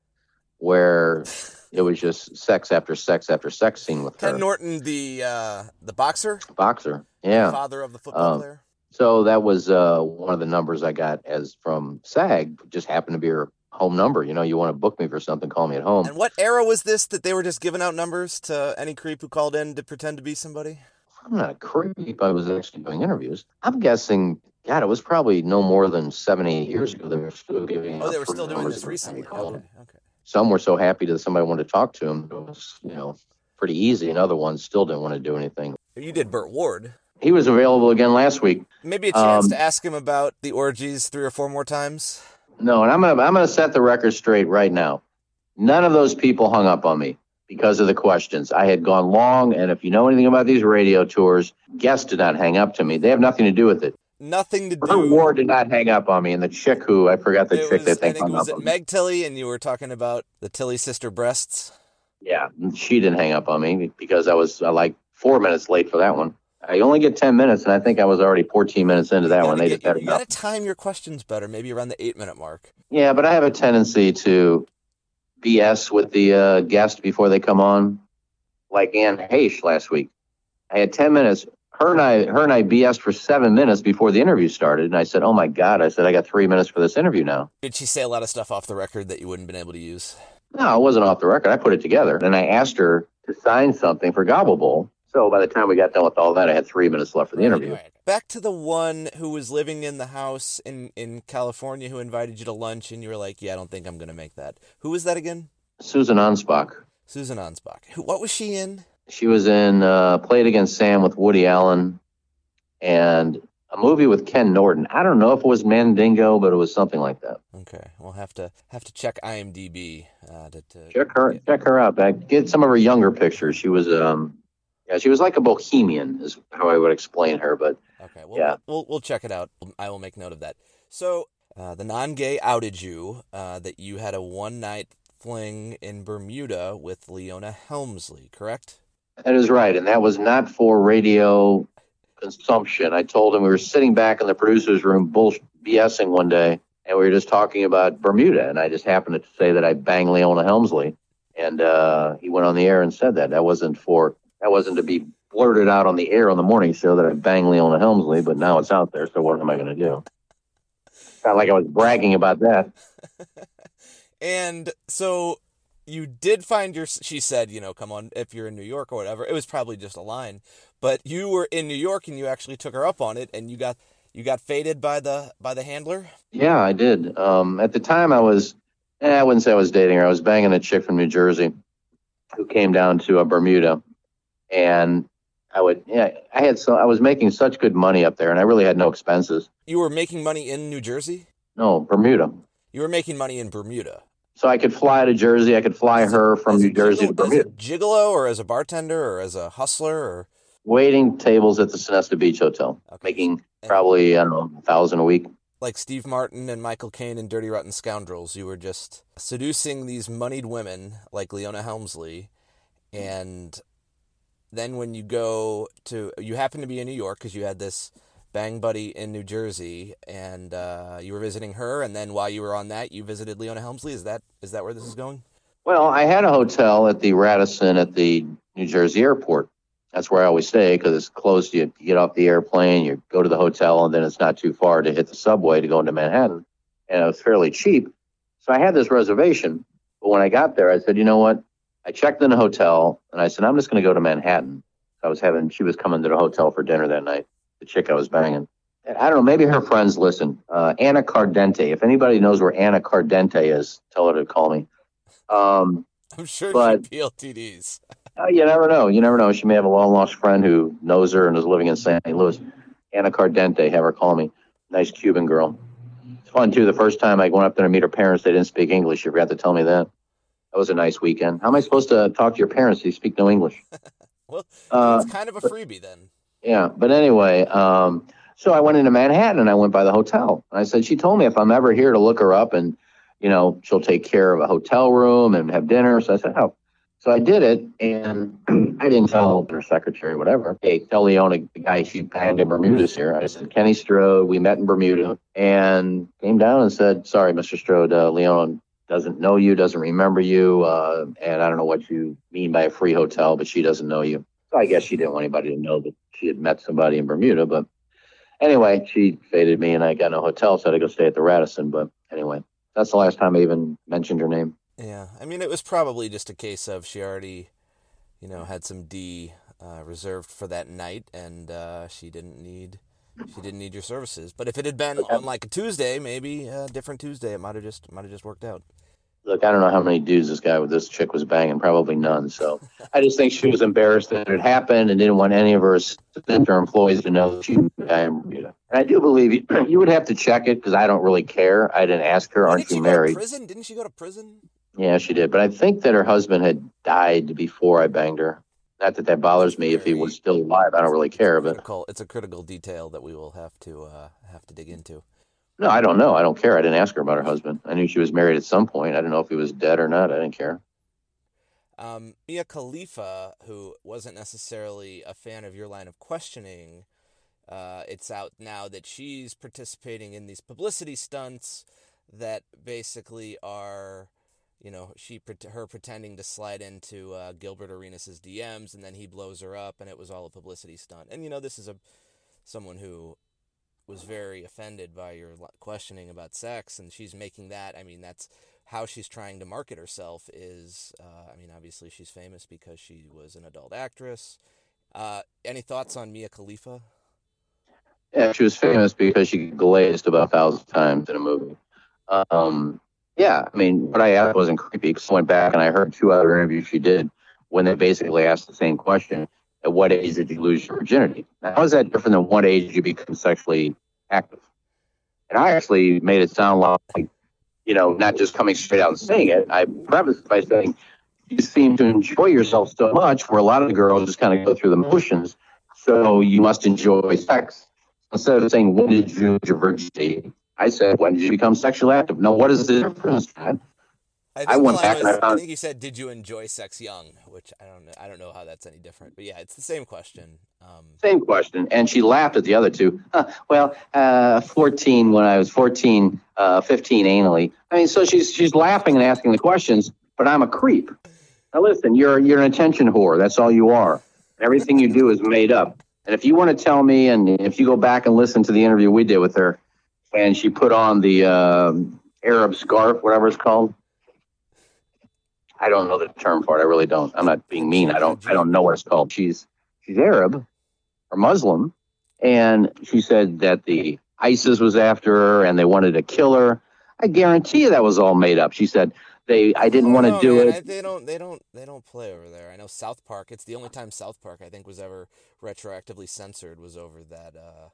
Speaker 8: where it was just sex after sex after sex scene with her
Speaker 18: Ken Norton, the uh, the boxer,
Speaker 8: boxer. Yeah,
Speaker 18: father of the football
Speaker 8: Um,
Speaker 18: player.
Speaker 8: So that was uh, one of the numbers I got as from SAG. Just happened to be her home number. You know, you want to book me for something, call me at home.
Speaker 18: And what era was this that they were just giving out numbers to any creep who called in to pretend to be somebody?
Speaker 8: I'm not a creep. I was actually doing interviews. I'm guessing, God, it was probably no more than seven, eight years ago. They were still giving.
Speaker 18: Oh,
Speaker 8: out
Speaker 18: they were
Speaker 8: free
Speaker 18: still doing
Speaker 8: numbers
Speaker 18: this
Speaker 8: every time you
Speaker 18: recently.
Speaker 8: called.
Speaker 18: Okay.
Speaker 8: Some were so happy that somebody wanted to talk to them. It was, you know, pretty easy. And other ones still didn't want to do anything.
Speaker 18: You did Burt Ward.
Speaker 8: He was available again last week.
Speaker 18: Maybe a chance
Speaker 8: Um,
Speaker 18: to ask him about the orgies three or four more times.
Speaker 8: No, and I'm gonna I'm gonna set the record straight right now. None of those people hung up on me because of the questions. I had gone long, and if you know anything about these radio tours, guests did not hang up to me. They have nothing to do with it.
Speaker 18: Nothing to
Speaker 8: Her ward did not hang up on me, and the chick who I forgot the chick that they
Speaker 18: It
Speaker 8: hung
Speaker 18: was
Speaker 8: up
Speaker 18: at
Speaker 8: on. Me.
Speaker 18: Meg Tilly, and you were talking about the Tilly sister breasts.
Speaker 8: Yeah, she didn't hang up on me because I was uh, like four minutes late for that one. I only get ten minutes, and I think I was already fourteen minutes into that one. They just had
Speaker 18: You
Speaker 8: enough.
Speaker 18: gotta time your questions better. Maybe around the eight minute mark.
Speaker 8: Yeah, but I have a tendency to BS with the uh, guest before they come on. Like Ann Heche last week, I had ten minutes. Her and I, her and I BS for seven minutes before the interview started, and I said, "Oh my God!" I said, "I got three minutes for this interview now."
Speaker 18: Did she say a lot of stuff off the record that you wouldn't been able to use?
Speaker 8: No, it wasn't off the record. I put it together, and I asked her to sign something for Gobble Bowl. So by the time we got done with all that, I had three minutes left for the interview.
Speaker 18: Back to the one who was living in the house in, in California who invited you to lunch, and you were like, "Yeah, I don't think I'm gonna make that." Who was that again?
Speaker 8: Susan Anspach.
Speaker 18: Susan Ansbach. Who, what was she in?
Speaker 8: She was in uh, Played Against Sam with Woody Allen and a movie with Ken Norton. I don't know if it was Mandingo, but it was something like that.
Speaker 18: Okay, we'll have to have to check IMDb. Uh, to, to,
Speaker 8: Check her check her out. Back get some of her younger pictures. She was um yeah, she was like a bohemian is how I would explain her, but
Speaker 18: okay, well,
Speaker 8: yeah.
Speaker 18: we'll we'll check it out. I will make note of that. So uh, the non-gay outed you uh, that you had a one-night fling in Bermuda with Leona Helmsley, correct?
Speaker 8: That is right. And that was not for radio consumption. I told him we were sitting back in the producer's room, bull BSing one day, and we were just talking about Bermuda. And I just happened to say that I banged Leona Helmsley. And uh, he went on the air and said that. That wasn't for, that wasn't to be blurted out on the air on the morning show that I banged Leona Helmsley, but now it's out there. So what am I going to do? It's not like I was bragging about that.
Speaker 18: And so you did find your. She said, you know, come on, if you're in New York or whatever. It was probably just a line, but you were in New York and you actually took her up on it, and you got you got faded by the by the handler.
Speaker 8: Yeah, I did. Um, at the time, I was, eh, I wouldn't say I was dating her. I was banging a chick from New Jersey who came down to uh, Bermuda. And I would, yeah, I had so, I was making such good money up there and I really had no expenses.
Speaker 18: You were making money in New Jersey.
Speaker 8: No, Bermuda.
Speaker 18: You were making money in Bermuda.
Speaker 8: So I could fly to Jersey. I could fly her from New Jersey to Bermuda.
Speaker 18: Gigolo, or as a bartender, or as a hustler, or
Speaker 8: Waiting tables at the Sinesta Beach Hotel, making probably, I don't know, a thousand a week.
Speaker 18: like Steve Martin and Michael Caine and Dirty Rotten Scoundrels. You were just seducing these moneyed women like Leona Helmsley, and then when you go to, you happen to be in New York because you had this bang buddy in New Jersey, and uh, you were visiting her, and then while you were on that, you visited Leona Helmsley. Is that is that where this is going? (laughs)
Speaker 8: Well, I had a hotel at the Radisson at the New Jersey airport. That's where I always stay because it's close. You you get off the airplane, you go to the hotel, and then it's not too far to hit the subway to go into Manhattan. And it was fairly cheap. So I had this reservation. But when I got there, I said, you know what? I checked in a hotel and I said, I'm just going to go to Manhattan. I was having, she was coming to the hotel for dinner that night, the chick I was banging. And I don't know, maybe her friends listen. Uh, Anna Cardente. If anybody knows where Anna Cardente is, tell her to call me. Um,
Speaker 18: I'm sure
Speaker 8: But-
Speaker 18: she PLTDs.
Speaker 8: uh, you never know. You never know. She may have a long lost friend who knows her and is living in St. Louis. Anna Cardente, have her call me. Nice Cuban girl. It's fun too. The first time I went up there to meet her parents, they didn't speak English. She forgot to tell me that. That was a nice weekend. How am I supposed to talk to your parents? They speak no English.
Speaker 18: (laughs) Well,
Speaker 8: Uh,
Speaker 18: it's kind of a freebie then.
Speaker 8: Yeah, but anyway, um, so I went into Manhattan and I went by the hotel. And I said, she told me if I'm ever here to look her up and, you know, she'll take care of a hotel room and have dinner. So I said, oh. So I did it and I didn't tell her secretary, whatever. Hey, tell Leona, the guy she banned in Bermuda's here. I said, Kenny Strode, we met in Bermuda and came down and said, sorry, Mr. Strode, uh, Leona doesn't know you, doesn't remember you. Uh, and I don't know what you mean by a free hotel, but she doesn't know you. So I guess she didn't want anybody to know that she had met somebody in Bermuda. But anyway, she faded me, and I got no hotel, so I had to go stay at the Radisson. But anyway, that's the last time I even mentioned her name.
Speaker 18: Yeah, I mean, it was probably just a case of she already, you know, had some D uh, reserved for that night, and uh, she didn't need she didn't need your services. But if it had been on like a Tuesday, maybe a different Tuesday, it might have just might have just worked out.
Speaker 8: Look, I don't know how many dudes this guy with this chick was banging, probably none. So I just think she was embarrassed that it happened and didn't want any of her assistants or employees to know that she was a guy in Bermuda. And I do believe you, (clears throat) you would have to check it because I don't really care. I didn't ask her, aren't you married?
Speaker 18: Prison? Didn't she go to prison?
Speaker 8: Yeah, she did. But I think that her husband had died before I banged her. Not that that bothers me. If he was still alive, I don't really care. But
Speaker 18: Critical. It's a critical detail that we will have to uh, have to dig into.
Speaker 8: no, I don't know. I don't care. I didn't ask her about her husband. I knew she was married at some point. I didn't know if he was dead or not. I didn't care.
Speaker 18: Um, Mia Khalifa, who wasn't necessarily a fan of your line of questioning, uh, it's out now that she's participating in these publicity stunts that basically are, you know, she pret- her pretending to slide into uh, Gilbert Arenas' DMs, and then he blows her up, and it was all a publicity stunt. And you know, this is a someone who was very offended by your li- questioning about sex and she's making that i mean that's how she's trying to market herself is uh, i mean obviously she's famous because she was an adult actress uh, any thoughts on mia khalifa
Speaker 8: Yeah, she was famous because she glazed about a thousand times in a movie. Um, yeah, I mean, what I asked wasn't creepy 'cause I went back and I heard two other interviews she did when they basically asked the same question: At what age did you lose your virginity? Now, how is that different than what age you become sexually active? And I actually made it sound like, you know, not just coming straight out and saying it. I prefaced by saying you seem to enjoy yourself so much, where a lot of the girls just kind of go through the motions. So you must enjoy sex instead of saying when did you lose your virginity, I said when did you become sexually active? No, what is the difference? Dad?
Speaker 18: think
Speaker 8: I went
Speaker 18: the line
Speaker 8: back and
Speaker 18: was-
Speaker 8: I found
Speaker 18: think you said did you enjoy sex young which i don't know i don't know how that's any different but yeah it's the same question um,
Speaker 8: same question, and she laughed at the other two. Huh, well, uh, 14 when I was 14, uh, 15 anally. I mean, so she's she's laughing and asking the questions, but I'm a creep. Now listen, you're you're an attention whore. That's all you are. Everything you do is made up. And if you want to tell me, and if you go back and listen to the interview we did with her, and she put on the um Arab scarf, whatever it's called. I don't know the term for it. I really don't. I'm not being mean. I don't. I don't know what it's called. She's she's Arab or Muslim, and she said that the ISIS was after her and they wanted to kill her. I guarantee you that was all made up. She said they. I didn't want to
Speaker 18: Oh, No,
Speaker 8: do
Speaker 18: man,
Speaker 8: it.
Speaker 18: I- they don't. They don't. They don't play over there. I know South Park. It's the only
Speaker 8: Ah.
Speaker 18: time South Park I think was ever retroactively censored was over that, uh,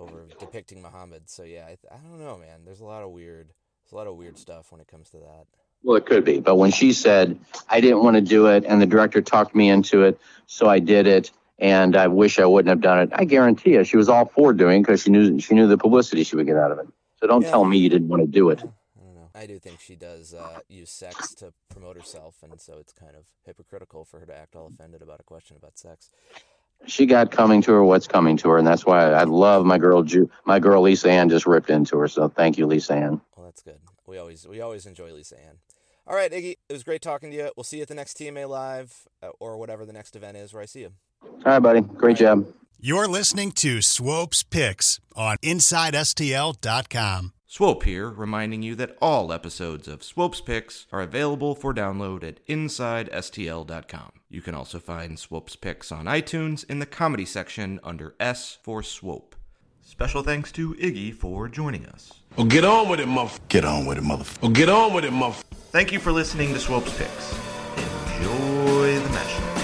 Speaker 18: over depicting Muhammad. So yeah, I, I don't know, man. There's a lot of weird. There's a lot of weird stuff when it comes to that.
Speaker 8: Well, it could be. But when she said, I didn't want to do it, and the director talked me into it, so I did it, and I wish I wouldn't have done it, I guarantee you she was all for doing because she knew, she knew the publicity she would get out of it. So don't
Speaker 18: Yeah.
Speaker 8: tell me you didn't want to do it.
Speaker 18: I do think she does uh, use sex to promote herself, and so it's kind of hypocritical for her to act all offended about a question about sex.
Speaker 8: She got coming to her what's coming to her, and that's why I love my girl, Ju- my girl Lisa Ann just ripped into her. So thank you, Lisa Ann.
Speaker 18: Well, that's good. We always we always enjoy Lisa Ann. All right, Iggy, it was great talking to you. We'll see you at the next TMA Live uh, or whatever the next event is where I see you.
Speaker 8: All right, buddy. Great job.
Speaker 43: You're listening to Swope's Picks on InsideSTL.com.
Speaker 5: Swope here, reminding you that all episodes of Swope's Picks are available for download at InsideSTL.com. You can also find Swope's Picks on iTunes in the comedy section under S for Swope. Special thanks to Iggy for joining us.
Speaker 11: Well, get on with it, motherfucker. Get on with it, motherfucker. Well, get on with it, motherfucker.
Speaker 5: Thank you for listening to Swope's Picks. Enjoy the matchup.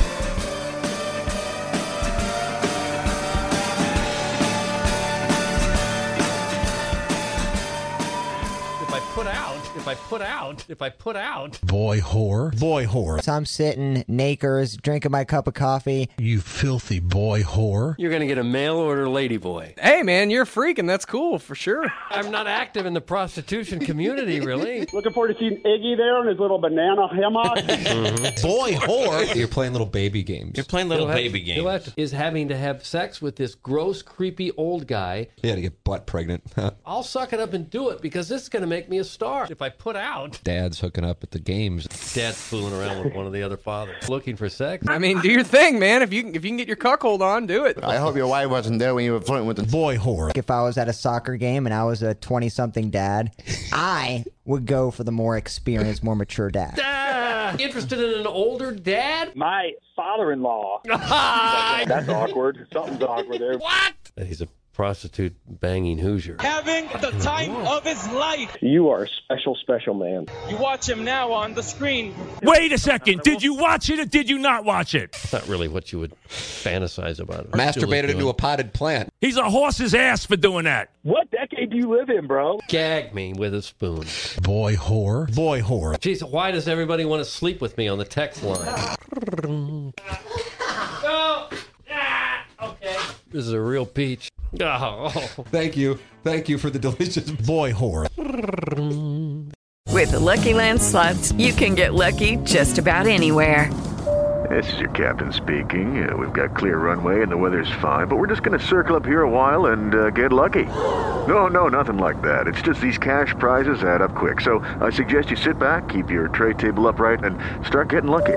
Speaker 2: If I put out, if I put out, if I put out.
Speaker 31: Boy whore. Boy whore.
Speaker 7: So I'm sitting nakers, drinking my cup of coffee.
Speaker 31: You filthy boy whore.
Speaker 2: You're going to get a mail order ladyboy.
Speaker 34: Hey, man, you're freaking. That's cool for sure.
Speaker 2: I'm not active in the prostitution community, really.
Speaker 24: (laughs) Looking forward to seeing Iggy there in his little banana
Speaker 2: (laughs)
Speaker 24: hammock.
Speaker 2: Boy, whore.
Speaker 4: You're playing little baby games. You're
Speaker 10: playing
Speaker 2: He'll have- he'll have to- is having to have sex with this gross, creepy old guy.
Speaker 4: Yeah, to get butt pregnant. (laughs)
Speaker 2: I'll suck it up and do it because this is going to make me a star. If I put out,
Speaker 4: Dad's hooking up at the games.
Speaker 2: Dad's fooling around with one of the other fathers looking for sex.
Speaker 34: I mean, do your thing, man. If you can, if you can get your cuckold on, do it.
Speaker 7: I hope your wife wasn't there when you were flirting with the boy whore. If I was at a soccer game and I was a 20 something dad, I would go for the more experienced, more mature dad.
Speaker 2: (laughs) Ah, interested in an older dad?
Speaker 24: My father-in-law. That's awkward. Something's awkward there. What?
Speaker 2: That (laughs) he's a prostitute banging Hoosier.
Speaker 13: Having the time of his life.
Speaker 24: You are a special, special man.
Speaker 13: You watch him now on the screen.
Speaker 7: Wait a second. Did you watch it or did you not watch it?
Speaker 2: It's not really what you would fantasize about.
Speaker 7: Masturbated into a
Speaker 4: potted plant.
Speaker 7: He's a horse's ass for doing that.
Speaker 24: What decade do you live in, bro?
Speaker 2: Gag me with a spoon.
Speaker 31: Boy whore. Boy whore.
Speaker 2: Jeez, why does everybody want to sleep with me on the text line?
Speaker 13: Oh, ah, okay.
Speaker 2: This is a real peach. Oh.
Speaker 4: Thank you. Thank you for the delicious boy whore.
Speaker 44: With the Lucky Land slots, you can get lucky just about anywhere.
Speaker 13: This is your captain speaking. Uh, we've got clear runway and the weather's fine, but we're just going to circle up here a while and uh, get lucky. No, no, nothing like that. It's just these cash prizes add up quick. So I suggest you sit back, keep your tray table upright, and start getting lucky.